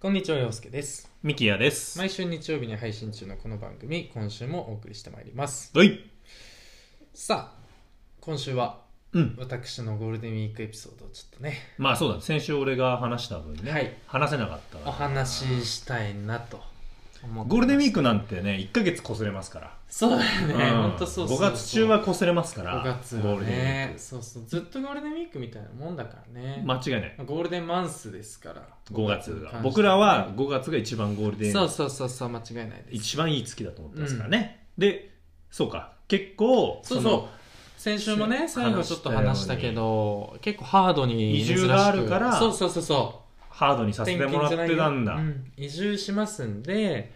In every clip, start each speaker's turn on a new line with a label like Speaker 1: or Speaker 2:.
Speaker 1: こんにちは、洋介です。
Speaker 2: ミキヤです。
Speaker 1: 毎週日曜日に配信中のこの番組、今週もお送りしてまいります。
Speaker 2: はい。
Speaker 1: さあ、今週は
Speaker 2: うん。
Speaker 1: 私のゴールデンウィークエピソードをちょっとね、
Speaker 2: まあそうだ、先週俺が話した分ね、
Speaker 1: はい
Speaker 2: 話せなかった
Speaker 1: お
Speaker 2: から
Speaker 1: 話ししたいなと思って。
Speaker 2: ゴールデンウィー
Speaker 1: ク
Speaker 2: クなんてね、1ヶ月こすれますから。
Speaker 1: そうだよね、
Speaker 2: うん
Speaker 1: ほんとそうそうそう。
Speaker 2: 5月中はこすれますから。
Speaker 1: 5月
Speaker 2: ゴ
Speaker 1: は
Speaker 2: ールデンウ
Speaker 1: ね、そうそう、ずっとゴールデンウィークみたいなもんだからね。
Speaker 2: ィーク。間違いない。
Speaker 1: ゴールデンマンスですから。
Speaker 2: 5月
Speaker 1: に関して
Speaker 2: が。
Speaker 1: ね
Speaker 2: 僕らは5月が一番ゴールデン、
Speaker 1: そうそうそうそう、間違いないです。
Speaker 2: 一番いい月だと思ってますからね。で、そうか。結構、
Speaker 1: そう
Speaker 2: の
Speaker 1: そう先週もね
Speaker 2: せ
Speaker 1: 最後ちょっと話したけど結構ハードに
Speaker 2: 移
Speaker 1: 珍しく
Speaker 2: 住があるから
Speaker 1: そうそうそうそ
Speaker 2: ハードに
Speaker 1: う
Speaker 2: させてもらってたん
Speaker 1: 転勤じゃ
Speaker 2: だ。
Speaker 1: ないようん移住しますんで、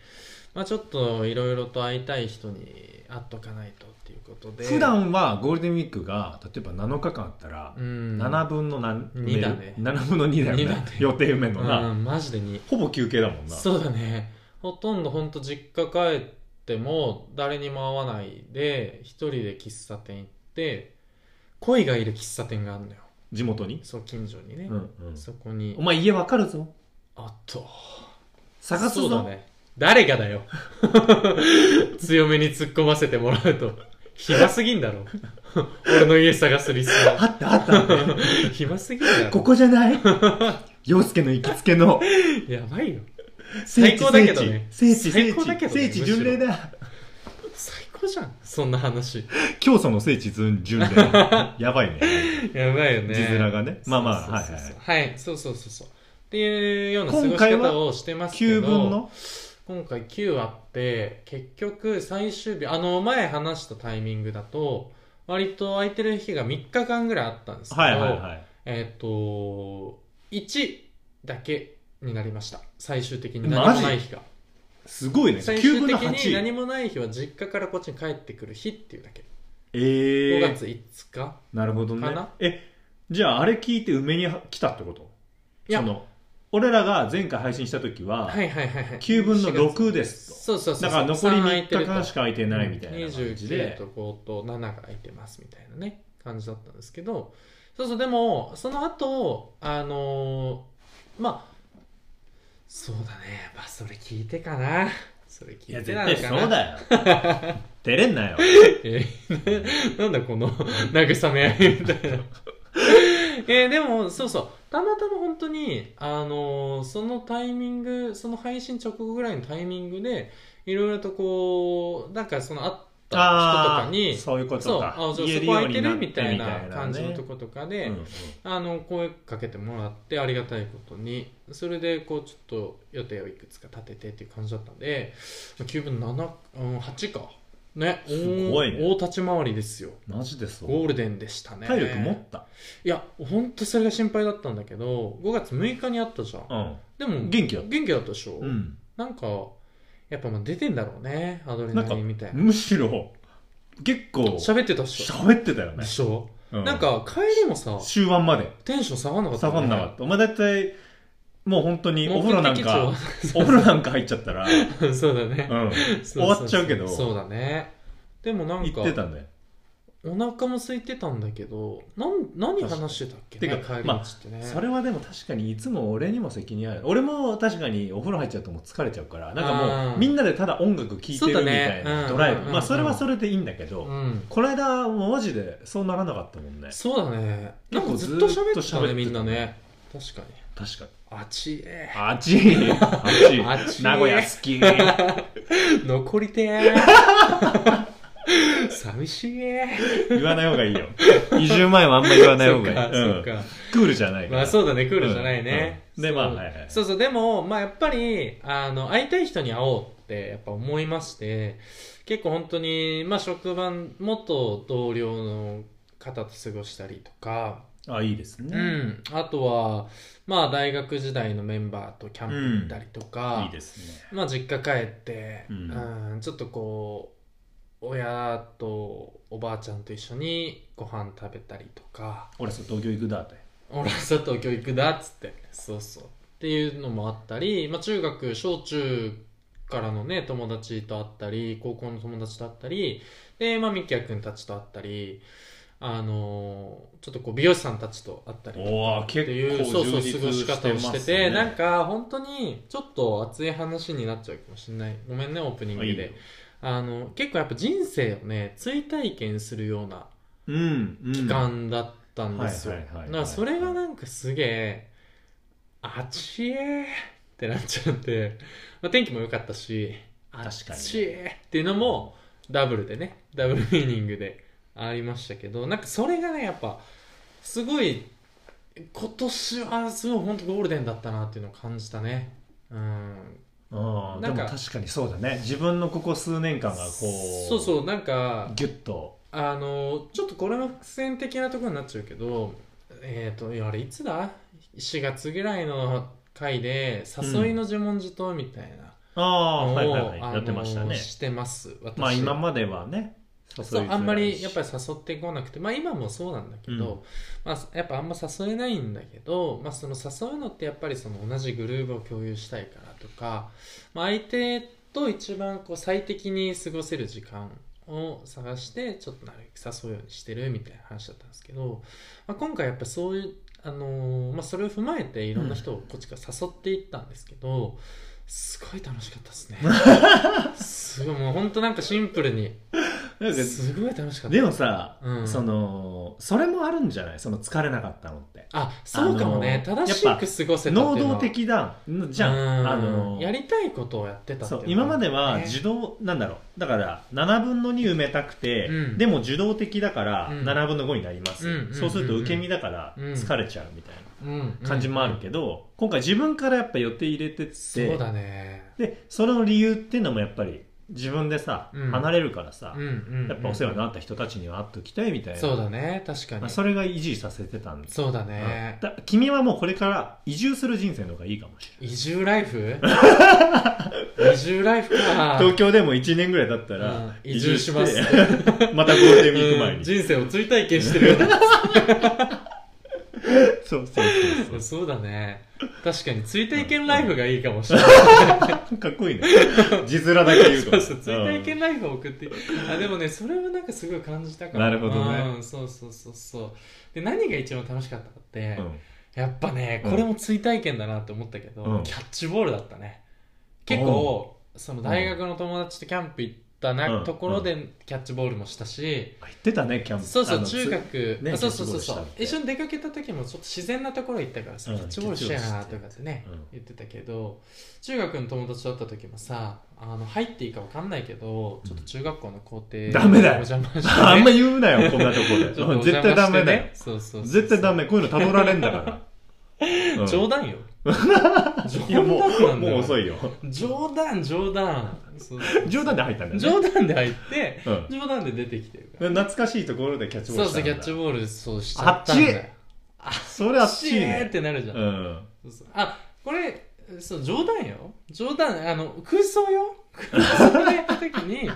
Speaker 1: まあ、ちょっといろいろと会いたい人に会っとかないとっていうことで
Speaker 2: 普段はゴールデンウィークが、例えば7日間あったら、
Speaker 1: うん
Speaker 2: 7分の何
Speaker 1: 二だね
Speaker 2: 7分の2だよ
Speaker 1: 二だ
Speaker 2: ね
Speaker 1: ね。
Speaker 2: 予定埋めのな。
Speaker 1: うんマジでに
Speaker 2: ほぼ休憩だもんな。
Speaker 1: そうだねほとんどほんと実家帰っても誰にも会わないで一人で喫茶店行って恋がいる喫茶店があるのよ
Speaker 2: 地元に。
Speaker 1: そう近所にね、
Speaker 2: うんうん。
Speaker 1: そこに
Speaker 2: お前家わかるぞ。
Speaker 1: あっと
Speaker 2: 探す
Speaker 1: そうだ
Speaker 2: ぞ。
Speaker 1: ね誰がだよ 強めに突っ込ませてもらうと暇すぎんだろ 俺の家探すリス
Speaker 2: あ
Speaker 1: ナ
Speaker 2: ったあっ た。
Speaker 1: ー 暇すぎんだろ
Speaker 2: ここじゃない洋介の行きつけの
Speaker 1: やばいよ
Speaker 2: 聖
Speaker 1: 最
Speaker 2: 地
Speaker 1: 高だけどね
Speaker 2: 聖地
Speaker 1: 最
Speaker 2: 聖
Speaker 1: 高だけ
Speaker 2: 地
Speaker 1: どね
Speaker 2: 聖地巡礼だ
Speaker 1: 最高じゃんそんな話
Speaker 2: 教祖の聖地巡 礼やばいね
Speaker 1: やばいよね
Speaker 2: 字面がねまあまあはい
Speaker 1: そうそう
Speaker 2: はい
Speaker 1: そうはい、そうそうそうそうっていうような過ご
Speaker 2: 今
Speaker 1: し
Speaker 2: 回は
Speaker 1: 方をしてますけど
Speaker 2: 9分の
Speaker 1: 今回9あって結局最終日あの前話したタイミングだと割と空いてる日が3日間ぐらいあったんですけど、
Speaker 2: はいはいはい
Speaker 1: えっ、と1だけになりました最終的に
Speaker 2: マ
Speaker 1: 何
Speaker 2: ジ
Speaker 1: もない日が
Speaker 2: すごいね
Speaker 1: 最
Speaker 2: 9
Speaker 1: 終
Speaker 2: 分
Speaker 1: 的
Speaker 2: の
Speaker 1: に何
Speaker 2: 8
Speaker 1: もない日は実家からこっちに帰ってくる日っていうだけ
Speaker 2: え
Speaker 1: 5
Speaker 2: ー
Speaker 1: 月5日、
Speaker 2: なるほどね
Speaker 1: かな
Speaker 2: えじゃああれ聞いて梅に来たってこと
Speaker 1: いや
Speaker 2: その俺らが前回配信した時は
Speaker 1: はいはいはいはい
Speaker 2: 9分の6
Speaker 1: で
Speaker 2: です
Speaker 1: そうそう
Speaker 2: と
Speaker 1: そう
Speaker 2: だから残り
Speaker 1: 三空い
Speaker 2: 3
Speaker 1: てる
Speaker 2: 日
Speaker 1: と
Speaker 2: 間しか空いてないみたいな感じ
Speaker 1: 29
Speaker 2: で
Speaker 1: と5と7が空いてますみたいなね感じだったんですけどそうそうでもその後あのーまあそうだねまあそれ聞いてかなそれ
Speaker 2: い
Speaker 1: 聞
Speaker 2: や
Speaker 1: い
Speaker 2: 絶
Speaker 1: てな
Speaker 2: 対
Speaker 1: のかな
Speaker 2: そう だよ照れんなよ
Speaker 1: えー なんだこの慰め合いみたいな えーでもそうそうたまたま本当にあのーそのタイミングその配信直後ぐらいのタイミングでいろいろとこうなんかその会った人とかに
Speaker 2: あーそういうこと
Speaker 1: そう
Speaker 2: か
Speaker 1: あじゃあ
Speaker 2: 言
Speaker 1: そ
Speaker 2: える
Speaker 1: こ
Speaker 2: よ
Speaker 1: 空い
Speaker 2: うに
Speaker 1: て
Speaker 2: な
Speaker 1: る
Speaker 2: って
Speaker 1: み
Speaker 2: みた
Speaker 1: た
Speaker 2: い
Speaker 1: い
Speaker 2: な
Speaker 1: な感じの
Speaker 2: ね
Speaker 1: とことか
Speaker 2: う
Speaker 1: で、
Speaker 2: んうん
Speaker 1: あの声かけてもらってありがたいことにそれでこうちょっと予定をいくつか立ててっていう感じだったんで9分の7、うん、8かね
Speaker 2: すごいね
Speaker 1: 大大立ち回りですよ
Speaker 2: マジでそう
Speaker 1: ゴールデンでしたね
Speaker 2: 体力持った、
Speaker 1: いや本当それが心配だったんだけど5月6日にあったじゃんで
Speaker 2: う
Speaker 1: も
Speaker 2: ん、元気だっ
Speaker 1: 元気だったでしょ、
Speaker 2: た、うん、
Speaker 1: なんかやっぱまあ出てんだろうねアドレナリンみたいな
Speaker 2: むしろ結構
Speaker 1: 喋ってたっしょ
Speaker 2: 喋ってたよ
Speaker 1: で
Speaker 2: ね、
Speaker 1: しょ、
Speaker 2: う
Speaker 1: なんか帰りもさ
Speaker 2: 終盤まで
Speaker 1: テンション下がんなかった
Speaker 2: 下
Speaker 1: よね、
Speaker 2: がんなかったお前大体もう本当に
Speaker 1: 目
Speaker 2: お風呂なん
Speaker 1: 的地は
Speaker 2: かお風呂なんか入っちゃったら、う ん、
Speaker 1: そうだね、
Speaker 2: 終わっちゃうけど
Speaker 1: そうそうだねでもなん
Speaker 2: 行
Speaker 1: か
Speaker 2: ってたんだよ
Speaker 1: お腹も空いてたんだけどなん何話してたっけ、ね、
Speaker 2: 確かに
Speaker 1: 帰り道ってね、
Speaker 2: それはでも確かにいつも俺にも責任ある俺も確かにお風呂入っちゃうともう疲れちゃうからなんかも
Speaker 1: あー
Speaker 2: うみんなでただ音楽聴いてる
Speaker 1: そ
Speaker 2: みたい
Speaker 1: うだねうん
Speaker 2: なドライ
Speaker 1: うん
Speaker 2: ブ
Speaker 1: うん
Speaker 2: まあそれはそれでいいんだけど、
Speaker 1: うん、
Speaker 2: この間もうマジでそうならなかったもんね
Speaker 1: そうだねなん
Speaker 2: 結
Speaker 1: かず
Speaker 2: 構
Speaker 1: っと喋って
Speaker 2: ず
Speaker 1: た
Speaker 2: っと喋
Speaker 1: ね
Speaker 2: ってた
Speaker 1: みんなね確かに
Speaker 2: 確かに
Speaker 1: あちえ
Speaker 2: あっちいあっち い
Speaker 1: あっちい
Speaker 2: 名古屋好き
Speaker 1: 残りて え寂しいえ
Speaker 2: 言わない方 がいいよ移住前はあんま言わない方がいい
Speaker 1: そっか、
Speaker 2: うん
Speaker 1: そっか
Speaker 2: クールじゃないから、
Speaker 1: まあそうだねクールじゃないね、
Speaker 2: うんうんでまあ
Speaker 1: そう
Speaker 2: はいはい
Speaker 1: そうそうでもまあやっぱりあの会いたい人に会おうってやっぱ思いまして結構本当にまあ職場元同僚の方と過ごしたりとか、
Speaker 2: あいいです
Speaker 1: う
Speaker 2: ね、
Speaker 1: ん、あとはまあ大学時代のメンバーとキャンプ行ったりとか、
Speaker 2: いいですね
Speaker 1: まあ実家帰って、う
Speaker 2: うんん
Speaker 1: ちょっとこう親とおばあちゃんと一緒にご飯食べたりとか
Speaker 2: 俺そう東京行くだって
Speaker 1: 俺はさ東京行くだっつってそうそうっていうのもあったり、まあ、中学小中からのね友達と会ったり高校の友達と会ったりで、まあ、ミキヤ君たちと会ったりあのーちょっとこう美容師さんたちと会ったりとか
Speaker 2: おお結
Speaker 1: っていう、
Speaker 2: 構
Speaker 1: そうそう、
Speaker 2: 充
Speaker 1: 過
Speaker 2: 実
Speaker 1: ごし
Speaker 2: して
Speaker 1: 方を
Speaker 2: ま
Speaker 1: して
Speaker 2: す
Speaker 1: て、
Speaker 2: ね
Speaker 1: なんか、本当に、ちょっと熱い話になっちゃうかもしれない。ごめんね、オープニング
Speaker 2: いい
Speaker 1: で。
Speaker 2: よ
Speaker 1: あの、結構やっぱ人生をね、追体験するような
Speaker 2: うんうん
Speaker 1: 期間だったんですよ。
Speaker 2: はい
Speaker 1: だ
Speaker 2: はいはいはい
Speaker 1: から、それがなんかすげえ、あちえーってなっちゃって、まあ、天気も良かったし、あ
Speaker 2: 確かに
Speaker 1: ちえーっていうのも、ダブルでね、ダブルミーニングでありましたけど、なんかそれがね、やっぱ、すごい今年はすごい本当ゴールデンだったなっていうのを感じたねうん
Speaker 2: うん
Speaker 1: な
Speaker 2: で
Speaker 1: ん
Speaker 2: も
Speaker 1: か
Speaker 2: 確かにそうだね自分のここ数年間がこう
Speaker 1: そうそうなんか
Speaker 2: ギュッと
Speaker 1: あのちょっとこれも伏線的なところになっちゃうけどえっ、といやあれいつだ4月ぐらいの回で「誘いの呪文自答」みたいな
Speaker 2: あ
Speaker 1: の
Speaker 2: あ
Speaker 1: を、
Speaker 2: はいはいはい
Speaker 1: あの
Speaker 2: やってましたね
Speaker 1: してます私
Speaker 2: まあ今まではね誘いづ
Speaker 1: そ
Speaker 2: らいうし
Speaker 1: あんまりやっぱり誘ってこなくてまあ今もそうなんだけど、
Speaker 2: うん
Speaker 1: まあ、やっぱあんま誘えないんだけど、まあ、その誘うのってやっぱりその同じグループを共有したいからとか、まあ、相手と一番こう最適に過ごせる時間を探してちょっとなるべく誘うようにしてるみたいな話だったんですけど、まあ、今回やっぱそういう、あのーまあ、それを踏まえていろんな人をこっちから誘っていったんですけど、すごい楽しかった ですねすごいもう本当なんかシンプルに
Speaker 2: なんか
Speaker 1: すごい楽しかった
Speaker 2: でもさ、
Speaker 1: うん
Speaker 2: そのそれもあるんじゃないその疲れなかったのって
Speaker 1: あそうかもね、
Speaker 2: あのー
Speaker 1: 正しく過ごせたっていうのは
Speaker 2: 能動的だじゃ
Speaker 1: うん
Speaker 2: んあの
Speaker 1: やりたいことをやってたって
Speaker 2: そ
Speaker 1: いうの
Speaker 2: 今までは
Speaker 1: ね
Speaker 2: 自動、なんだろうだから7分の2埋めたくて、
Speaker 1: うん
Speaker 2: でも受動的だから
Speaker 1: うん
Speaker 2: 7分の5になります、
Speaker 1: うんうんうん
Speaker 2: そうすると受け身だから
Speaker 1: うん
Speaker 2: 疲れちゃうみたい
Speaker 1: うん
Speaker 2: な感じもあるけど、今回自分からやっぱ予定入れてって
Speaker 1: そうだね
Speaker 2: でその理由っていうのもやっぱり自分でさ、
Speaker 1: うん
Speaker 2: 離れるからさ、
Speaker 1: うんうんうん
Speaker 2: やっぱお世話になった人たちには会っときたいみたいな
Speaker 1: そうだね確か
Speaker 2: まあ
Speaker 1: に
Speaker 2: それが維持させてたんです
Speaker 1: そうだね
Speaker 2: だ君はもうこれから移住する人生の方がいいかもしれない
Speaker 1: 移住ライ フ移住ライフか
Speaker 2: 東京でも1年ぐらいだったら、
Speaker 1: うん移住します
Speaker 2: 移住して またゴールデンウィーク前
Speaker 1: うん
Speaker 2: に、
Speaker 1: 人生を追体験してるような
Speaker 2: そうそうそう
Speaker 1: そうだね確かに追体験ライフがいいかもしれない
Speaker 2: そうかっこいいね字面だけ言う
Speaker 1: そ
Speaker 2: と
Speaker 1: うそう追体験ライフを送ってあでもねそれはなんかすごい感じたから
Speaker 2: なるほどね
Speaker 1: うん、そうそうそうそうで何が一番楽しかったかって、
Speaker 2: うん
Speaker 1: やっぱね
Speaker 2: うん
Speaker 1: これも追体験だなって思ったけど、
Speaker 2: うん
Speaker 1: キャッチボールだったね結構その大学の友達とキャンプ行ったな、
Speaker 2: うん
Speaker 1: ところでキャッチボールもしたし、
Speaker 2: 言ってたねキャンプ
Speaker 1: そうそ
Speaker 2: あ
Speaker 1: う
Speaker 2: の
Speaker 1: 中学、
Speaker 2: ね
Speaker 1: あそうそうそうそ
Speaker 2: キャッチボ
Speaker 1: う
Speaker 2: ールしたみたいな
Speaker 1: 一緒に出かけた時もちょっと自然なところ行ったからさ、
Speaker 2: うん
Speaker 1: キャッチボールしたいなとかってね、
Speaker 2: うん
Speaker 1: 言ってたけど中学の友達と会った時もさあの入っていいか分かんないけどちょっと中学校の校庭
Speaker 2: ダメだよ
Speaker 1: お邪魔して、ね、
Speaker 2: あんま言うなよこんなとこ
Speaker 1: ちょっとお
Speaker 2: ろで
Speaker 1: 邪
Speaker 2: 絶対
Speaker 1: 魔
Speaker 2: ダ
Speaker 1: して
Speaker 2: メだよ
Speaker 1: ねそうそうそう
Speaker 2: 絶対ダメこういうの辿られん だから、うん
Speaker 1: 冗談よ
Speaker 2: いやも
Speaker 1: 冗談なだ
Speaker 2: うんも
Speaker 1: よ
Speaker 2: う遅いよ
Speaker 1: 冗談冗談そう
Speaker 2: 冗談で入ったんだよね
Speaker 1: 冗談で入って
Speaker 2: うん
Speaker 1: 冗談で出てきてるから
Speaker 2: 懐かしいところでキャッチボー
Speaker 1: そう
Speaker 2: ル
Speaker 1: そう
Speaker 2: したんだ
Speaker 1: キャッチボールそうしちゃったんだよ
Speaker 2: それあっちい
Speaker 1: ーっ
Speaker 2: ね
Speaker 1: てなるじゃん
Speaker 2: うん
Speaker 1: そうそうあこれそう冗談よ冗談あの空想よ空想でやった時 に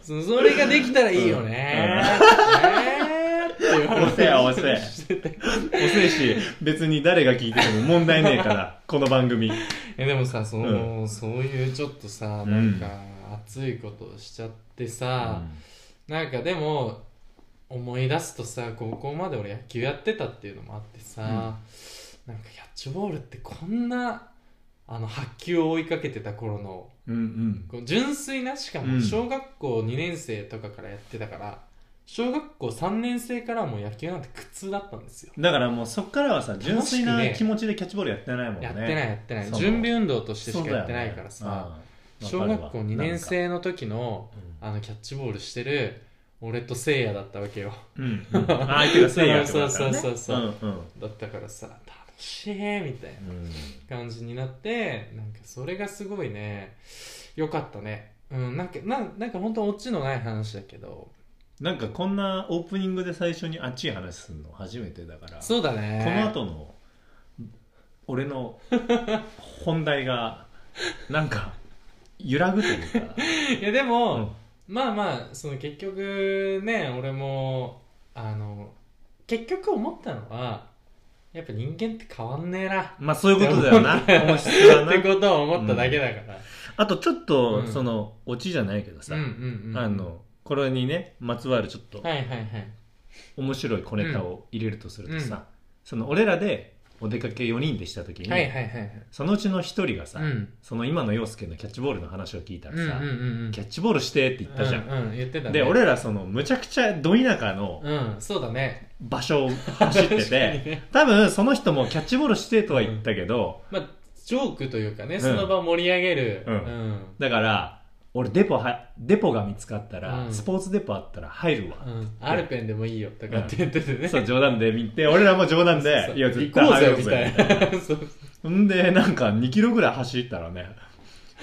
Speaker 1: そうそれができたらいいよねーっていう話を
Speaker 2: 遅え遅え
Speaker 1: してて
Speaker 2: 遅いし別に誰が聞いてても問題ね えからこの番組
Speaker 1: えでもさその、そういうちょっとさ
Speaker 2: う
Speaker 1: なんんか熱いことをしちゃってさ、なんかでも思い出すとさ高校まで俺野球やってたっていうのもあってさ、
Speaker 2: うん
Speaker 1: なんかキャッチボールってこんなあの発球を追いかけてた頃の
Speaker 2: うんうん
Speaker 1: こう純粋なしか
Speaker 2: う
Speaker 1: も
Speaker 2: ん
Speaker 1: 小学校2年生とかからやってたから、小学校3年生からはもう野球なんて苦痛だったんですよ、
Speaker 2: だからもうそっからはさ純
Speaker 1: 楽し
Speaker 2: 粋
Speaker 1: く
Speaker 2: な
Speaker 1: ね
Speaker 2: 気持ちでキャッチボールやってないもんね
Speaker 1: やってないやってない
Speaker 2: そう
Speaker 1: 準備運動として
Speaker 2: そ
Speaker 1: し
Speaker 2: う
Speaker 1: か
Speaker 2: だよね
Speaker 1: やってないからさ、
Speaker 2: うん
Speaker 1: 小
Speaker 2: わ
Speaker 1: 学
Speaker 2: か
Speaker 1: 校
Speaker 2: るわ
Speaker 1: 2年生の時の
Speaker 2: な
Speaker 1: あのキャッチボールしてる俺とせいやだったわけよ
Speaker 2: んかうんうんあ相手がせいやってことだからね
Speaker 1: そうそうそうそう
Speaker 2: うんうん
Speaker 1: だったからさ楽しいみたいな
Speaker 2: うん
Speaker 1: 感じになってなんかそれがすごいね良かったねうんなんかなんなんか本当オチのない話だけど
Speaker 2: なんかこんなオープニングで最初にあっちい話するの初めてだから
Speaker 1: そうだね
Speaker 2: この後の俺の本題がなんか揺らぐというか、
Speaker 1: いやで
Speaker 2: う
Speaker 1: も
Speaker 2: ん、
Speaker 1: まあまあその結局ね俺もあの結局思ったのはやっぱ人間って変わんねえな
Speaker 2: まあそういうことだよな本質は
Speaker 1: って
Speaker 2: な
Speaker 1: ことを思っただけだから、
Speaker 2: あとちょっと、
Speaker 1: うん
Speaker 2: そのオチじゃないけどさ、
Speaker 1: うんうんうん
Speaker 2: あのこれにねまつわるちょっと
Speaker 1: はいはいはい
Speaker 2: 面白い小ネタを入れるとするとさ、その俺らでお出かけ4人でした時に、
Speaker 1: はいはいはいはい。
Speaker 2: そのうちの1人がさ、
Speaker 1: うん。
Speaker 2: その今の陽介のキャッチボールの話を聞いたら
Speaker 1: うんうん
Speaker 2: さ、
Speaker 1: うんうん。
Speaker 2: キャッチボールしてって言ったじゃん、
Speaker 1: うん、うん、言ってたね。
Speaker 2: で、俺らそのむちゃくちゃど田舎の
Speaker 1: うん、そうだね。
Speaker 2: 場所を走
Speaker 1: 確
Speaker 2: って
Speaker 1: かに
Speaker 2: て
Speaker 1: ね
Speaker 2: 多分その人もキャッチボールしてとは言ったけど、
Speaker 1: まあ、ジョークというかね、
Speaker 2: ん
Speaker 1: その場を盛り上げる。
Speaker 2: うん
Speaker 1: うん。
Speaker 2: だから俺デポはデポが見つかったら、
Speaker 1: うん
Speaker 2: スポーツデポあったら入るわ、
Speaker 1: うんアルペンでもいいよとかって言っててね。
Speaker 2: そう冗談で見て俺らも冗談で
Speaker 1: そう
Speaker 2: いや絶対
Speaker 1: 行こう
Speaker 2: 入
Speaker 1: ぜ
Speaker 2: る
Speaker 1: み
Speaker 2: ぜ
Speaker 1: たいな。 そう
Speaker 2: ほんでなんか2キロぐらい走ったらね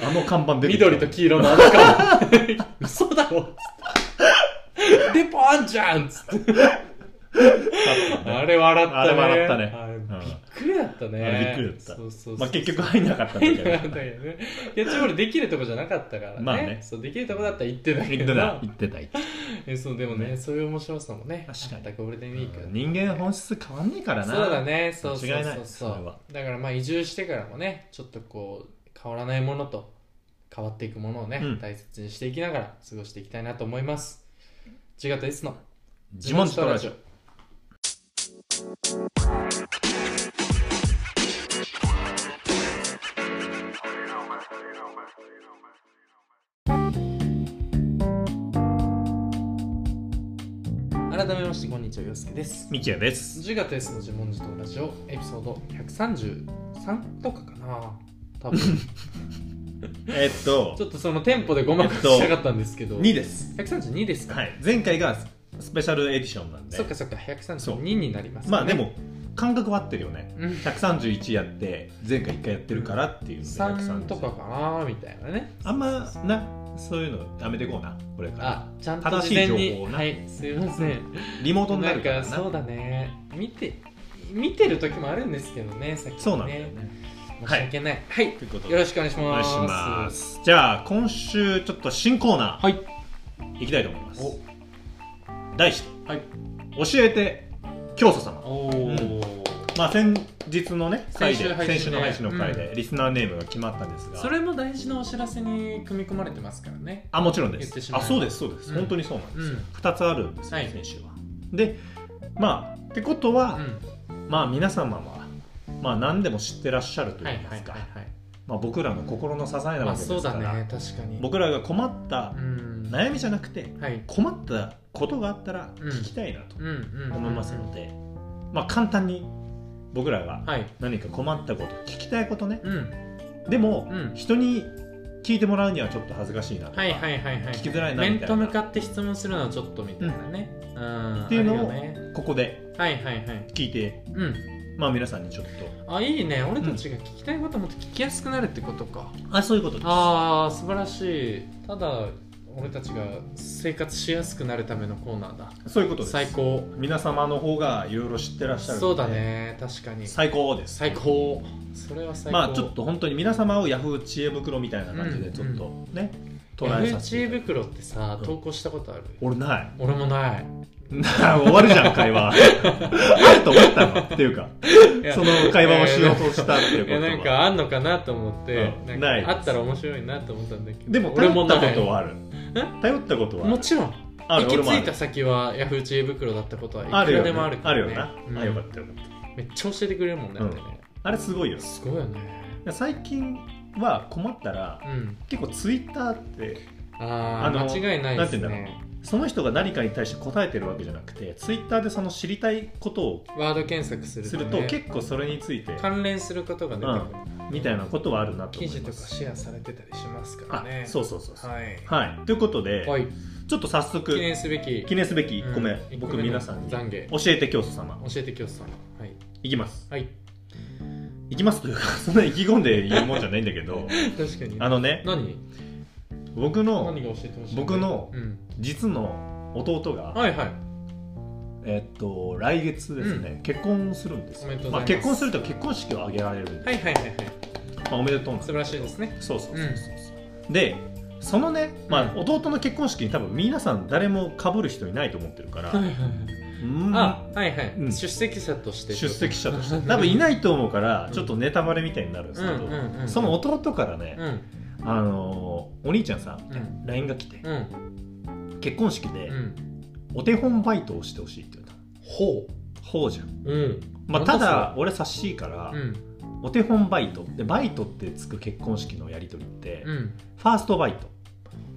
Speaker 2: あの看板出てきた
Speaker 1: 緑と黄色のあの顔 嘘だろデポあんじゃんつって あれ笑ったね
Speaker 2: あれ笑ったね
Speaker 1: あれ
Speaker 2: うん
Speaker 1: びっくりだったね
Speaker 2: あれびっくりだった
Speaker 1: そうそうそう
Speaker 2: まあ、結局入んなかったんだ
Speaker 1: 変
Speaker 2: け
Speaker 1: な
Speaker 2: ど
Speaker 1: かったけどねキャッチボールできるとこじゃなかったからね,、
Speaker 2: まあね
Speaker 1: そうできるとこだったら行ってたけ
Speaker 2: 言っ
Speaker 1: ど
Speaker 2: てた言ってた言ってた
Speaker 1: えそうでもねそういう面白さもね
Speaker 2: 確かに
Speaker 1: あったゴールデンウィークだった
Speaker 2: 人間本質変わんねえからな
Speaker 1: そうだねそうそう
Speaker 2: 間違い
Speaker 1: そ
Speaker 2: ないうそれは
Speaker 1: だからまあ移住してからもねちょっとこう変わらないものと変わっていくものをね、
Speaker 2: うん
Speaker 1: 大切にしていきながら過ごしていきたいなと思います千賀といつの
Speaker 2: 自問自答ラジオ
Speaker 1: 改めましてこんにちは洋介です
Speaker 2: みきやです
Speaker 1: 10月 S の自問自答ラジオエピソード133とかかな多 分
Speaker 2: えっと
Speaker 1: ちょっとそのテンポでごまかしたかったんですけど、
Speaker 2: 2です
Speaker 1: 132ですか、
Speaker 2: はい前回がスペシャルエディションなんで
Speaker 1: そっかそっか132になります
Speaker 2: まあでも感覚は合ってるよね
Speaker 1: うん
Speaker 2: 131やって前回1回やってるからっていうので
Speaker 1: 3
Speaker 2: 130
Speaker 1: とかかなみたいなね
Speaker 2: あんまなそういうのやめてこうなこれから
Speaker 1: あちゃんと事前にはいすいません
Speaker 2: リモートにな
Speaker 1: な
Speaker 2: る
Speaker 1: ん
Speaker 2: から
Speaker 1: か
Speaker 2: な
Speaker 1: そうだね見て見てる時もあるんですけどねさっき
Speaker 2: そうな
Speaker 1: の
Speaker 2: んだよ
Speaker 1: ね
Speaker 2: ね
Speaker 1: 申し訳ないはい、
Speaker 2: ということで
Speaker 1: よろしくお願いし
Speaker 2: お願
Speaker 1: ま
Speaker 2: い
Speaker 1: す
Speaker 2: しますじゃあ今週ちょっと新コーナ
Speaker 1: はい
Speaker 2: ーいきたいと思います、
Speaker 1: お
Speaker 2: 題して、
Speaker 1: はい
Speaker 2: 教えて教祖様
Speaker 1: お
Speaker 2: ーまあ先日のね回で
Speaker 1: 先週配信で
Speaker 2: 先週の配信の回でリスナーネームが決まったんですが、
Speaker 1: それも大事なお知らせに組み込まれてますからね
Speaker 2: あもちろんで
Speaker 1: 言ってし
Speaker 2: す
Speaker 1: ま
Speaker 2: あ
Speaker 1: う
Speaker 2: そうですそうです、
Speaker 1: うん
Speaker 2: 本当にそうなんですよ、
Speaker 1: うん
Speaker 2: 2つあるんですよ、
Speaker 1: はい
Speaker 2: 先週はでまあってことは、
Speaker 1: うん
Speaker 2: まあ皆様はまあ何でも知ってらっしゃると
Speaker 1: はいい
Speaker 2: いま
Speaker 1: はい
Speaker 2: すか
Speaker 1: はいはい
Speaker 2: まあ僕らの心の支えな
Speaker 1: ま
Speaker 2: わ
Speaker 1: あ
Speaker 2: けです
Speaker 1: そう
Speaker 2: か
Speaker 1: だ
Speaker 2: ら、
Speaker 1: ね確かに
Speaker 2: 僕らが困った
Speaker 1: うん
Speaker 2: 悩みじゃなくて
Speaker 1: はい
Speaker 2: 困ったことがあったら
Speaker 1: うん
Speaker 2: 聞きたいなと
Speaker 1: うんうん
Speaker 2: 思いますので、まあ簡単に僕らが
Speaker 1: はい
Speaker 2: 何か困ったこと聞きたいことね
Speaker 1: うん
Speaker 2: でも、
Speaker 1: うん
Speaker 2: 人に聞いてもらうにはちょっと恥ずかしいなとか、
Speaker 1: はいはいはいはい
Speaker 2: 聞きづらいなみ
Speaker 1: 面
Speaker 2: たい
Speaker 1: と
Speaker 2: な
Speaker 1: 向かって質問するのはちょっとみたいなね、うん、
Speaker 2: っていうのを
Speaker 1: あるよね
Speaker 2: ここで
Speaker 1: はいはいはい
Speaker 2: 聞いて
Speaker 1: うん
Speaker 2: まあ皆さんにちょっと
Speaker 1: あいいね俺たちが聞きたいこともっと聞きやすくなるってことか、
Speaker 2: あそういうことです
Speaker 1: ああ素晴らしいただ俺たちが生活しやすくなるためのコーナーだ
Speaker 2: そういうことです
Speaker 1: 最高
Speaker 2: 皆様の方がいろいろ知ってらっしゃるので
Speaker 1: そうだね確かに
Speaker 2: 最高です
Speaker 1: 最高それは最高
Speaker 2: まあちょっと本当に皆様をヤフー知恵袋みたいな感じで
Speaker 1: うん
Speaker 2: ちょっとね、
Speaker 1: ト
Speaker 2: 捉
Speaker 1: ラ
Speaker 2: え
Speaker 1: イ
Speaker 2: させていただいて
Speaker 1: 袋ってさ
Speaker 2: うん
Speaker 1: 投稿したことある、
Speaker 2: 俺ない
Speaker 1: 俺もない
Speaker 2: なあ終わるじゃん会話 あると思ったのっていうか
Speaker 1: いや
Speaker 2: その会話をしようとしたってい
Speaker 1: い
Speaker 2: うこと
Speaker 1: や
Speaker 2: は
Speaker 1: なんかあんのかなと思って、
Speaker 2: うん
Speaker 1: なん
Speaker 2: ないで
Speaker 1: か
Speaker 2: す
Speaker 1: あったら面白いなと思ったんだけど
Speaker 2: でも
Speaker 1: 俺
Speaker 2: 頼
Speaker 1: も
Speaker 2: った
Speaker 1: な
Speaker 2: こ
Speaker 1: い
Speaker 2: とはある頼ったことはあ
Speaker 1: も
Speaker 2: る
Speaker 1: ちろん
Speaker 2: ある
Speaker 1: 行き
Speaker 2: 俺
Speaker 1: 着
Speaker 2: もあ
Speaker 1: い
Speaker 2: る
Speaker 1: た先はヤフー知恵袋だったことはい
Speaker 2: あ
Speaker 1: く
Speaker 2: る
Speaker 1: ら
Speaker 2: よ
Speaker 1: で
Speaker 2: ね
Speaker 1: もあるか
Speaker 2: あ
Speaker 1: ら、
Speaker 2: るよ
Speaker 1: ね、
Speaker 2: な、
Speaker 1: うん
Speaker 2: あよかったよかっ
Speaker 1: めっちゃ教えてくれるもんね、
Speaker 2: うん
Speaker 1: あれね
Speaker 2: たあれすごいよ
Speaker 1: すごいよね
Speaker 2: 最近は困ったら
Speaker 1: うん
Speaker 2: 結構ツイッターって
Speaker 1: あ
Speaker 2: あ
Speaker 1: あ
Speaker 2: の
Speaker 1: 間違いないです
Speaker 2: なんて
Speaker 1: ね
Speaker 2: その人が何かに対して答えてるわけじゃなくてツイッターでその知りたいことを
Speaker 1: ワード検索する
Speaker 2: す
Speaker 1: と,、ね、
Speaker 2: ると結構それについて
Speaker 1: 関連することが出てくる、
Speaker 2: みたいなことはあるなと
Speaker 1: 記
Speaker 2: 思い
Speaker 1: 事と
Speaker 2: ま
Speaker 1: か
Speaker 2: す
Speaker 1: シェアされてたりしますから
Speaker 2: あ
Speaker 1: ね
Speaker 2: そうそうそうそう
Speaker 1: はい、
Speaker 2: はいということで
Speaker 1: はい、
Speaker 2: ちょっと早速
Speaker 1: 記念すべき
Speaker 2: 記念すべき1個目、
Speaker 1: うん
Speaker 2: 僕皆さんに
Speaker 1: 一個
Speaker 2: 教
Speaker 1: 目の懺
Speaker 2: えて教祖様
Speaker 1: 悔教えて教師さんはい、
Speaker 2: いきます
Speaker 1: はい、
Speaker 2: いきますというか そんな意気込んで言うもんじゃないんだけ ど
Speaker 1: 確かに
Speaker 2: あのね
Speaker 1: 何
Speaker 2: 僕の
Speaker 1: 何が教えてほしい
Speaker 2: 僕の
Speaker 1: うん、
Speaker 2: 実の弟が、
Speaker 1: はいはい
Speaker 2: えっと来月ですね、結婚するんです
Speaker 1: おめ
Speaker 2: よ
Speaker 1: でとうございます
Speaker 2: まあ、結婚すると結婚式を挙げられるんで、
Speaker 1: はいはいはいはい
Speaker 2: まあ、おめでとうなんです
Speaker 1: 素晴らしいですね
Speaker 2: そうそうそうそうそうでそのね、まあ
Speaker 1: う
Speaker 2: 弟の結婚式に多分皆さん誰もかぶる人いないと思ってるから、
Speaker 1: はいはいはい
Speaker 2: うん
Speaker 1: あはいはい、
Speaker 2: うん
Speaker 1: 出席者として
Speaker 2: 出席者として多分いないと思うからちょっとネタバレみたいになるんです
Speaker 1: うん
Speaker 2: け
Speaker 1: う
Speaker 2: ど、
Speaker 1: んうんうん
Speaker 2: その弟からね
Speaker 1: う、ん
Speaker 2: あのーお兄ちゃんさん
Speaker 1: うん
Speaker 2: LINE が来て
Speaker 1: うん
Speaker 2: 結婚式で
Speaker 1: うん
Speaker 2: お手本バイトをしてほしいって言われた
Speaker 1: ほ
Speaker 2: ほうじゃん、
Speaker 1: う。うん。
Speaker 2: まあ、
Speaker 1: なんだ
Speaker 2: ただ俺察しいから、
Speaker 1: うん。
Speaker 2: お手本バイトでバイトってつく結婚式のやり取りって、
Speaker 1: うん。
Speaker 2: ファーストバイト、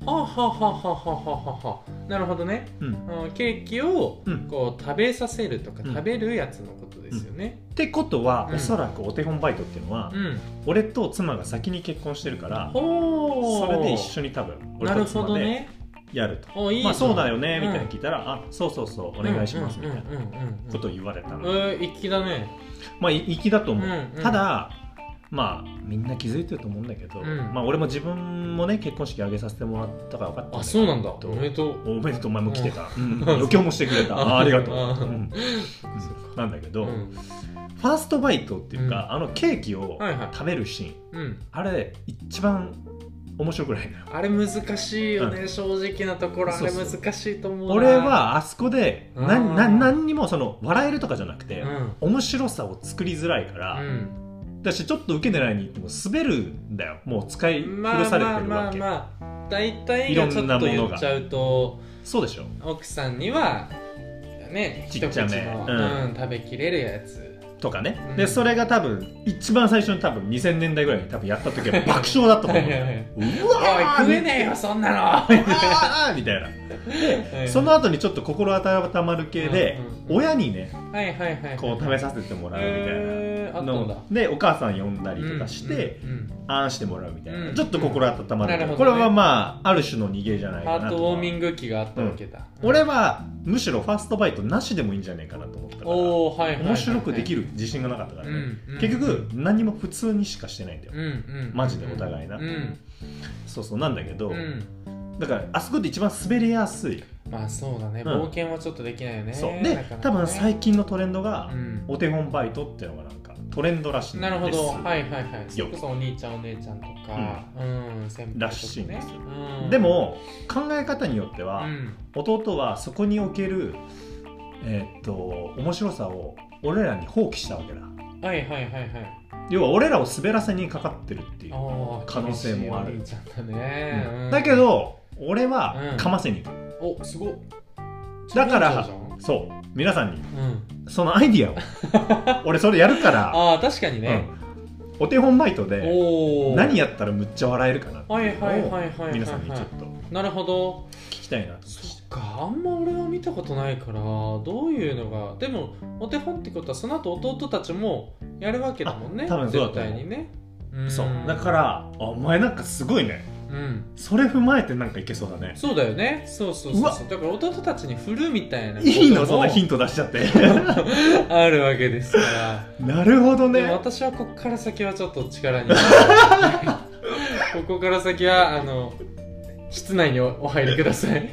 Speaker 1: あははははははは。なるほどね。
Speaker 2: うん、
Speaker 1: あケーキを
Speaker 2: うん
Speaker 1: こう食べさせるとか、
Speaker 2: うん
Speaker 1: 食べるやつのことですよね。
Speaker 2: ってことは、
Speaker 1: うん
Speaker 2: おそらくお手本バイトっていうのは、
Speaker 1: うん。
Speaker 2: 俺と妻が先に結婚してるから
Speaker 1: ほう。
Speaker 2: それで一緒に多分俺
Speaker 1: な
Speaker 2: と
Speaker 1: るほ
Speaker 2: 妻
Speaker 1: ど
Speaker 2: で
Speaker 1: ね。
Speaker 2: やると、
Speaker 1: おいいじゃん
Speaker 2: まあそうだよねみたいな
Speaker 1: うん
Speaker 2: 聞いたら、あそうそうそうお願いしますみたいな
Speaker 1: うんうんうんうんうん
Speaker 2: ことを言われたの、
Speaker 1: えー、粋だね。
Speaker 2: まあ粋だと思う、
Speaker 1: うんうん
Speaker 2: ただまあみんな気づいてると思うんだけど、
Speaker 1: うん
Speaker 2: まあ俺も自分もね結婚式挙げさせてもらったから分かった
Speaker 1: あ、そうなんだ。
Speaker 2: と
Speaker 1: おめでとう。
Speaker 2: おめでとうお前も来てた、うん
Speaker 1: ん
Speaker 2: 余興もしてくれたあありがとう、
Speaker 1: あ
Speaker 2: うんうん
Speaker 1: そっ
Speaker 2: なんだけど、
Speaker 1: うん
Speaker 2: ファーストバイトっていうか、あのケーキを
Speaker 1: はいはい
Speaker 2: 食べるシーン、
Speaker 1: うん。
Speaker 2: あれ一番面白くないのよ
Speaker 1: あれ難しいよね、正直なところあ
Speaker 2: そう
Speaker 1: れ
Speaker 2: そう
Speaker 1: 難しいと思うな
Speaker 2: 俺、はあそこで
Speaker 1: うん
Speaker 2: 何何何にもその笑えるとかじゃなく
Speaker 1: う
Speaker 2: て、
Speaker 1: ん
Speaker 2: 面白さを作りづらいから、
Speaker 1: うん、
Speaker 2: だしちょっと受け狙いに行っても滑るんだよもう使い古
Speaker 1: まあ
Speaker 2: さ
Speaker 1: まあ
Speaker 2: れてる
Speaker 1: ま
Speaker 2: わ
Speaker 1: あ
Speaker 2: け、
Speaker 1: まあ大体
Speaker 2: い
Speaker 1: が
Speaker 2: ろ
Speaker 1: ちょ
Speaker 2: ん
Speaker 1: っ
Speaker 2: な
Speaker 1: と
Speaker 2: ものが
Speaker 1: 言っちゃうと
Speaker 2: そうでしょ
Speaker 1: 奥さんにはね
Speaker 2: ちっちゃめ
Speaker 1: 一口の、
Speaker 2: うん
Speaker 1: うん食べきれるやつ
Speaker 2: とかね、
Speaker 1: うん
Speaker 2: でそれが多分一番最初に多分2000年代ぐらいに多分やった時は爆笑だったと 思うんだよう
Speaker 1: お
Speaker 2: わ
Speaker 1: い
Speaker 2: ー
Speaker 1: 食えねえよそんなの
Speaker 2: あーみたいな
Speaker 1: はい
Speaker 2: その後にちょっと心温まる系で
Speaker 1: うんうんうん
Speaker 2: 親にね
Speaker 1: はいはいはい
Speaker 2: こう食べさせてもらうみたいな
Speaker 1: えーあったんだ
Speaker 2: のでお母さん呼んだりとかして、
Speaker 1: うんうん
Speaker 2: あんしてもらうみたいな、
Speaker 1: うん
Speaker 2: ちょっと心温まる,、
Speaker 1: なるほどね
Speaker 2: これはまあある種の逃げじゃな
Speaker 1: う
Speaker 2: い
Speaker 1: んハー
Speaker 2: かな
Speaker 1: トウ
Speaker 2: と
Speaker 1: ォーミング期があったわけだ、
Speaker 2: 俺はむしろファーストバイトなしでもいいんじゃないかなと思ったから
Speaker 1: おーはいはいはいはい、
Speaker 2: 面白くでき
Speaker 1: る、
Speaker 2: る自信がなかったから
Speaker 1: う
Speaker 2: ね、
Speaker 1: んうん、
Speaker 2: 結局何も普通にしかしてないんだよ、
Speaker 1: うんうん
Speaker 2: マジでお互いな
Speaker 1: うん
Speaker 2: そうそうなんだけど、
Speaker 1: うん
Speaker 2: だからあそこで一番滑りやすい、
Speaker 1: まあそうだね、
Speaker 2: うん
Speaker 1: 冒険はちょっとできないよね
Speaker 2: そうで、
Speaker 1: なかな
Speaker 2: 多
Speaker 1: かね
Speaker 2: 分最近のトレンドが、
Speaker 1: うん
Speaker 2: お手本バイトっていうのがなんかトレンドらしいんです
Speaker 1: なるほどはいはいはいそ
Speaker 2: よ
Speaker 1: れこそお兄ちゃんお姉ちゃんとかうん、先輩とから
Speaker 2: しいんですよ
Speaker 1: うん
Speaker 2: でも考え方によって
Speaker 1: う
Speaker 2: は、
Speaker 1: ん
Speaker 2: 弟はそこにおけるえーっと面白さを俺らに放棄したわけだ
Speaker 1: はいはいはいはい
Speaker 2: 要は俺らを滑らせにかかってるっていう、
Speaker 1: ああ
Speaker 2: 可能性もある
Speaker 1: お兄ちゃんだね、うん
Speaker 2: だけど俺
Speaker 1: う
Speaker 2: は
Speaker 1: ん
Speaker 2: かませに行く、
Speaker 1: おすごっ
Speaker 2: だから
Speaker 1: ちょっと忍者
Speaker 2: そう皆さんに
Speaker 1: じゃんうん
Speaker 2: そのアイデ ィアを俺それやるから、
Speaker 1: ああ確かにね、
Speaker 2: うんお手本バイトで
Speaker 1: おお
Speaker 2: 何やったらむっちゃ笑えるかなって
Speaker 1: はいいう
Speaker 2: の
Speaker 1: はいはいはい
Speaker 2: を
Speaker 1: はい
Speaker 2: 皆さんにちょっ
Speaker 1: は
Speaker 2: と
Speaker 1: いなるほど
Speaker 2: 聞きたいなと
Speaker 1: そっかあんま俺は見たことないからどういうのがでもお手本ってことはその後弟たちもやるわけだもんね
Speaker 2: あ多分そうだ
Speaker 1: 絶
Speaker 2: と思う
Speaker 1: 対にね
Speaker 2: そう
Speaker 1: うん
Speaker 2: だからあお前なんかすごいね
Speaker 1: うん
Speaker 2: それ踏まえてなんかいけそうだね
Speaker 1: そうだよねそうそうそう
Speaker 2: うわ
Speaker 1: そうだから弟たちに振るみたいなことも
Speaker 2: いいのそんなヒント出しちゃって
Speaker 1: あるわけですから
Speaker 2: なるほ
Speaker 1: で
Speaker 2: ど
Speaker 1: も
Speaker 2: ね
Speaker 1: 私はここから先はちょっと力 にここから先はあの室内におお入りくださいっ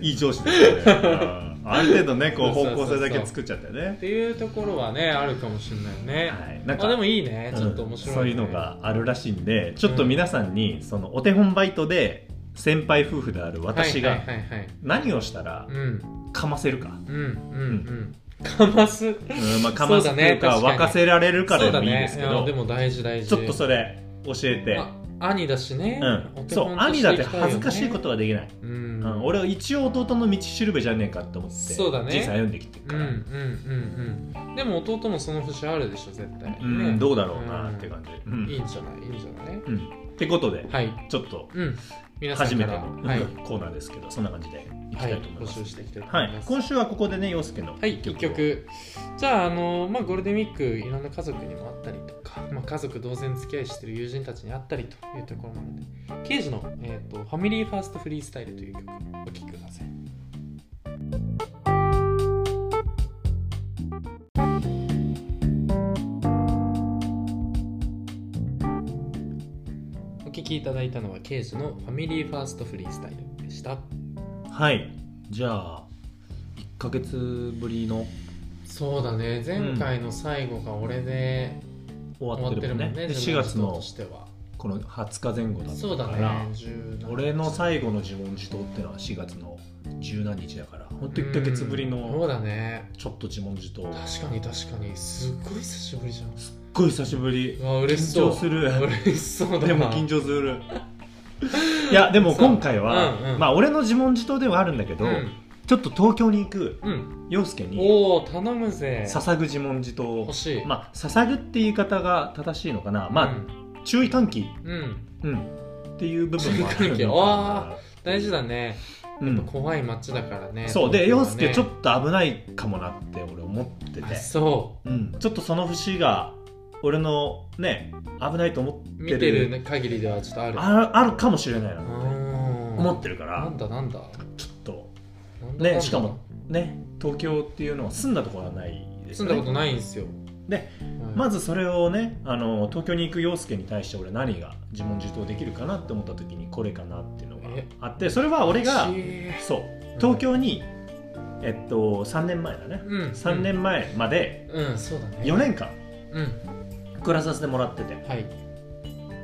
Speaker 2: いい上司ですねうんある程度ねこう
Speaker 1: そうそ
Speaker 2: 方
Speaker 1: うそう
Speaker 2: 向性だけ作っちゃってね
Speaker 1: ていうところはねあるかもしれないよね、
Speaker 2: はいなん
Speaker 1: あでも
Speaker 2: か
Speaker 1: いいねちょっと面白い、ね
Speaker 2: うんそういうのがあるらしいんでちょっと皆さんにそのお手本バイトで先輩夫婦である私
Speaker 1: はい
Speaker 2: が
Speaker 1: はいはいはい
Speaker 2: 何をしたら
Speaker 1: うん
Speaker 2: かませるか
Speaker 1: うんうんうんかます
Speaker 2: うんまあかますっていうか
Speaker 1: そうだね確かに
Speaker 2: 沸かせられるか
Speaker 1: そう
Speaker 2: で
Speaker 1: だ
Speaker 2: もいいで
Speaker 1: ね
Speaker 2: す
Speaker 1: い
Speaker 2: け
Speaker 1: や
Speaker 2: ど
Speaker 1: でも大事大事
Speaker 2: ちょっとそれ教えて
Speaker 1: あ兄だしね
Speaker 2: うん、そう兄だって恥ずかしいこととはできない、
Speaker 1: う
Speaker 2: うんん俺は一応弟の道しるべじゃねえかと思って
Speaker 1: そうだね
Speaker 2: 人生歩んできてる
Speaker 1: う
Speaker 2: か
Speaker 1: んう
Speaker 2: ら、
Speaker 1: んうんうんでも弟もその節あるでしょ絶対
Speaker 2: うん
Speaker 1: ね
Speaker 2: どうだろうなって感じ、うん
Speaker 1: いいんじゃないいいんじゃない
Speaker 2: うんってことで
Speaker 1: はい
Speaker 2: ちょっと
Speaker 1: うん皆さん
Speaker 2: 初
Speaker 1: か
Speaker 2: め
Speaker 1: ら
Speaker 2: ての
Speaker 1: はい
Speaker 2: うんコーナーですけどそんな感じでいき
Speaker 1: は
Speaker 2: たい
Speaker 1: い
Speaker 2: と思
Speaker 1: 募
Speaker 2: います、
Speaker 1: 集していきたいと
Speaker 2: は
Speaker 1: 思
Speaker 2: い
Speaker 1: います
Speaker 2: 今週はここでね陽介の
Speaker 1: はい、
Speaker 2: 一
Speaker 1: 1曲じゃああの、まあ、ゴールデンウィークいろんな家族にも会ったりとか、まあ、家族同然付き合いしてる友人たちに会ったりというところなのでケージの、えーと「ファミリーファーストフリースタイル」という曲をお聴きくださいお聴きいただいたのはケージの「ファミリーファーストフリースタイル」でした
Speaker 2: はいじゃあ1か月ぶりの
Speaker 1: そうだね前回の最後が俺で、
Speaker 2: 終わってるもんねで
Speaker 1: 自
Speaker 2: 4
Speaker 1: 分
Speaker 2: 月
Speaker 1: 人
Speaker 2: の
Speaker 1: としては
Speaker 2: この20日前後だった
Speaker 1: そうだ
Speaker 2: か
Speaker 1: ね
Speaker 2: ら、
Speaker 1: 17
Speaker 2: 俺の最後の自問自答ってのは4月の十何日だから本当一1か月ぶり
Speaker 1: うんそう
Speaker 2: の
Speaker 1: だね
Speaker 2: ちょっと自問自答
Speaker 1: 確かに確かにすっごい久しぶりじゃん
Speaker 2: すっごい久しぶり
Speaker 1: うわ
Speaker 2: 緊
Speaker 1: 嬉しそう
Speaker 2: 張する
Speaker 1: 嬉しそうだ
Speaker 2: でも緊
Speaker 1: 張
Speaker 2: 張するいやでも今回は、
Speaker 1: そううんうん
Speaker 2: まあ俺の自問自答ではあるんだけど、
Speaker 1: うん
Speaker 2: ちょっと東京に行く
Speaker 1: うん
Speaker 2: 陽介に
Speaker 1: おお頼むぜ
Speaker 2: 捧ぐ自問自答
Speaker 1: 欲しい
Speaker 2: まあ捧ぐって言い方が正しいのかな
Speaker 1: う
Speaker 2: ま
Speaker 1: ん
Speaker 2: あ、注意喚起、
Speaker 1: うん
Speaker 2: うん、っていう部分もあるの
Speaker 1: 注意喚起
Speaker 2: か
Speaker 1: わ大事だね
Speaker 2: な、うん、
Speaker 1: 怖い街だからね
Speaker 2: そうで陽介ちょ
Speaker 1: っ
Speaker 2: っと危ないかもなって俺思ってて、
Speaker 1: そ
Speaker 2: うん、ちょっとその節が俺のね危ないと思って
Speaker 1: う
Speaker 2: る
Speaker 1: 見てる限りではちょっとある
Speaker 2: ああるかもしれないなって思
Speaker 1: 思
Speaker 2: ってるか
Speaker 1: な
Speaker 2: ら
Speaker 1: んだなんだ
Speaker 2: ちょっと
Speaker 1: なんだなん
Speaker 2: ね
Speaker 1: だ
Speaker 2: しかもね東京っていうのは住んだところはないです
Speaker 1: 住
Speaker 2: よ
Speaker 1: ん
Speaker 2: ね
Speaker 1: だことないんすよ
Speaker 2: で
Speaker 1: はい
Speaker 2: まずそれをねあの東京に行く陽介に対して俺何が自問自答できるかなって思った時にこれかなっていうのが
Speaker 1: え
Speaker 2: あってそれは俺がそう東京に、えっと3年前だね
Speaker 1: うん
Speaker 2: 3年前まで
Speaker 1: うんそうだね
Speaker 2: 4年間
Speaker 1: うん
Speaker 2: 暮らさせてもらってて、
Speaker 1: はい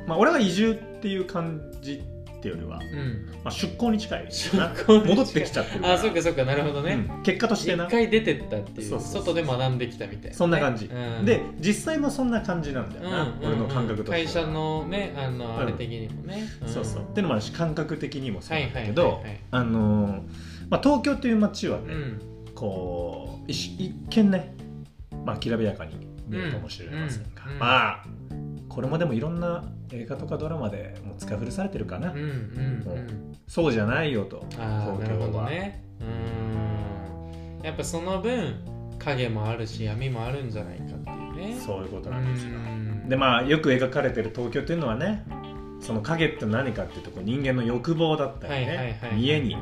Speaker 2: まあ、俺は移住っていう感じっていうよりは、
Speaker 1: うん
Speaker 2: まあ、出向に近いな
Speaker 1: 向に近い
Speaker 2: 戻ってきちゃってるから
Speaker 1: あそっかそっかなるほどね
Speaker 2: うん結果として
Speaker 1: 一
Speaker 2: な
Speaker 1: 回出てったってい
Speaker 2: そう
Speaker 1: う
Speaker 2: そうそ
Speaker 1: 外
Speaker 2: う
Speaker 1: で学んできたみたいな
Speaker 2: そんな感じ、
Speaker 1: うん
Speaker 2: で実際もそんな感じなんだよな、
Speaker 1: うん
Speaker 2: 俺の感覚としては
Speaker 1: 会社のねあの
Speaker 2: ん
Speaker 1: あれ的にもねん
Speaker 2: そうそうってのもあるし感覚的にもそう
Speaker 1: は
Speaker 2: ないん
Speaker 1: は
Speaker 2: だ
Speaker 1: い
Speaker 2: け
Speaker 1: は
Speaker 2: ど
Speaker 1: いはい
Speaker 2: あのーまあ、東京という街は
Speaker 1: う
Speaker 2: ね、
Speaker 1: ん
Speaker 2: こう一一見ね、まあ、きらびやかに見えるかもしれませんが、
Speaker 1: うんうん
Speaker 2: まあこれもでもいろんな映画とかドラマでもう使い古されてるかな、
Speaker 1: うんうん
Speaker 2: そうじゃないよと
Speaker 1: うんああなるほどねうんやっぱその分影もあるし闇もあるんじゃないかっていうね
Speaker 2: そういうこと
Speaker 1: う
Speaker 2: なんですよ
Speaker 1: ん
Speaker 2: でまあよく描かれてる東京というのはねその影って何かっていうとこう人間の欲望だったり
Speaker 1: はいはい
Speaker 2: ね
Speaker 1: はい
Speaker 2: 家に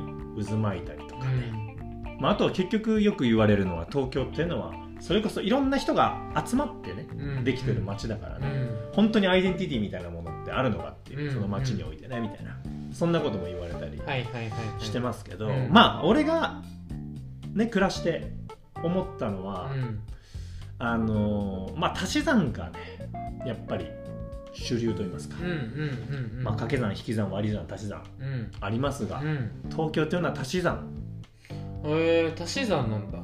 Speaker 2: 渦巻いたりと
Speaker 1: う
Speaker 2: かね、
Speaker 1: ん
Speaker 2: まあ、あとは結局よく言われるのは東京っていうのはそれこそいろんな人が集まってね
Speaker 1: うん
Speaker 2: できてる街だから
Speaker 1: う
Speaker 2: ね、
Speaker 1: ん
Speaker 2: 本当にアイデンティティみたいなものってあるのかっていう
Speaker 1: うん
Speaker 2: その街においてねみたいなそんなことも言われたり
Speaker 1: はいはいはいはい
Speaker 2: してますけど、
Speaker 1: うん
Speaker 2: まあ俺がね暮らして思ったのは、
Speaker 1: うん
Speaker 2: あのーまあ足し算がねやっぱり主流といいますか、
Speaker 1: うんうんうん
Speaker 2: まあ、掛け算引き算割り算足し算
Speaker 1: うん
Speaker 2: ありますが、
Speaker 1: うん
Speaker 2: 東京というのは足し算
Speaker 1: えー足し算なんだ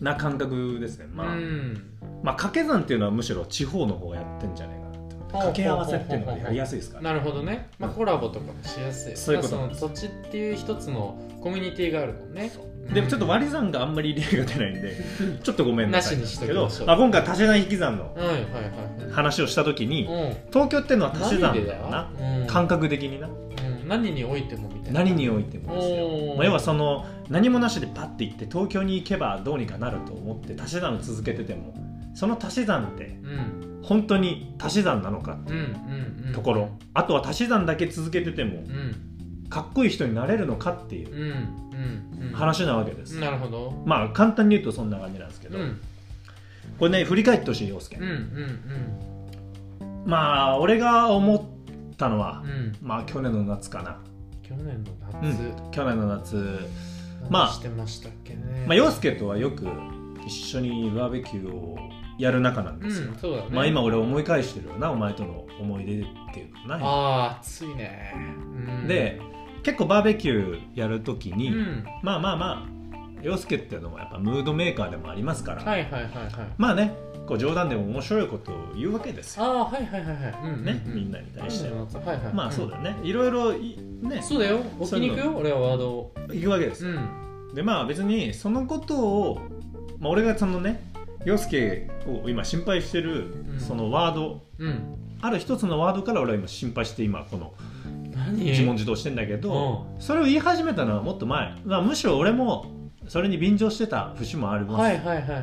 Speaker 2: な感覚ですね、まあ
Speaker 1: うん
Speaker 2: まあ掛け算っていうのはむしろ地方の方がやってんじゃないかなって掛け合わせっていうのがやりやすいですから、
Speaker 1: なるほどね、まあ、コラボとかもしやすい
Speaker 2: そういうこと
Speaker 1: まあその土地っていう一つのコミュニティがあるもんねうん
Speaker 2: でもちょっと割り算があんまり例が出ないんでちょっとごめんなさいんですけど
Speaker 1: なしにしときましょう
Speaker 2: まあ、今回足し算引き算の
Speaker 1: はいはいはい
Speaker 2: 話をした時に
Speaker 1: はい
Speaker 2: 東京っていうのは
Speaker 1: うん
Speaker 2: 足し算
Speaker 1: 何で
Speaker 2: だよな
Speaker 1: うん
Speaker 2: 感覚的にな
Speaker 1: うん何においてもみたいな
Speaker 2: 何においてもです
Speaker 1: お
Speaker 2: よ
Speaker 1: ー
Speaker 2: まあ要はその何もなしでパッて行って東京に行けばどうにかなると思って足し算を続けててもその足し算って
Speaker 1: うん
Speaker 2: 本当に足し算なのか
Speaker 1: うんうんうん
Speaker 2: ところあとは足し算だけ続けてて
Speaker 1: う
Speaker 2: も
Speaker 1: ん
Speaker 2: かっこいい人になれるのかっていう
Speaker 1: うんうんうん
Speaker 2: 話なわけです
Speaker 1: なるほど
Speaker 2: まあ簡単に言うとそんな感じなんですけ
Speaker 1: う
Speaker 2: ど
Speaker 1: んうん
Speaker 2: これね振り返ってほしい陽介
Speaker 1: うんうん
Speaker 2: まあ俺が思ったのは
Speaker 1: うん
Speaker 2: まあ去年の夏かな
Speaker 1: 去年の
Speaker 2: う
Speaker 1: 夏、
Speaker 2: ん去年の夏まあ
Speaker 1: 何してましたっけね
Speaker 2: まあ陽介とはよく一緒にバーベキューをやる仲なん
Speaker 1: う
Speaker 2: ですよ
Speaker 1: んそうだね
Speaker 2: まあ今俺思い返してるよなお前との思い出っていうかな、
Speaker 1: ああ暑いね、うん
Speaker 2: で結構バーベキューやるとき
Speaker 1: う
Speaker 2: に、
Speaker 1: ん
Speaker 2: まあまあまあ陽介っていうのもやっぱムードメーカーでもありますから、
Speaker 1: はいはいはいはい
Speaker 2: まあねこう冗談でも面白いことを言うわけです
Speaker 1: あ
Speaker 2: よ、
Speaker 1: あはいはいはいはい、うん、
Speaker 2: ね、みん
Speaker 1: な
Speaker 2: なに対して、
Speaker 1: はいはい、
Speaker 2: まあそうだよねいろいろいね
Speaker 1: うんそうだよ置きに行くよ俺はワードを
Speaker 2: 言うわけです
Speaker 1: う
Speaker 2: よ、
Speaker 1: ん
Speaker 2: でまあ別にそのことを、まあ、俺がそのね陽介を今心配してる
Speaker 1: うん
Speaker 2: そのワード、
Speaker 1: うん
Speaker 2: ある一つのワードから俺は今心配して今この
Speaker 1: 何
Speaker 2: 自問自答してんだけど、
Speaker 1: う
Speaker 2: それを言い始めたのはもっと前、まあ、むしろ俺もそれに便乗してた節もあります、
Speaker 1: はいはいはいはいはい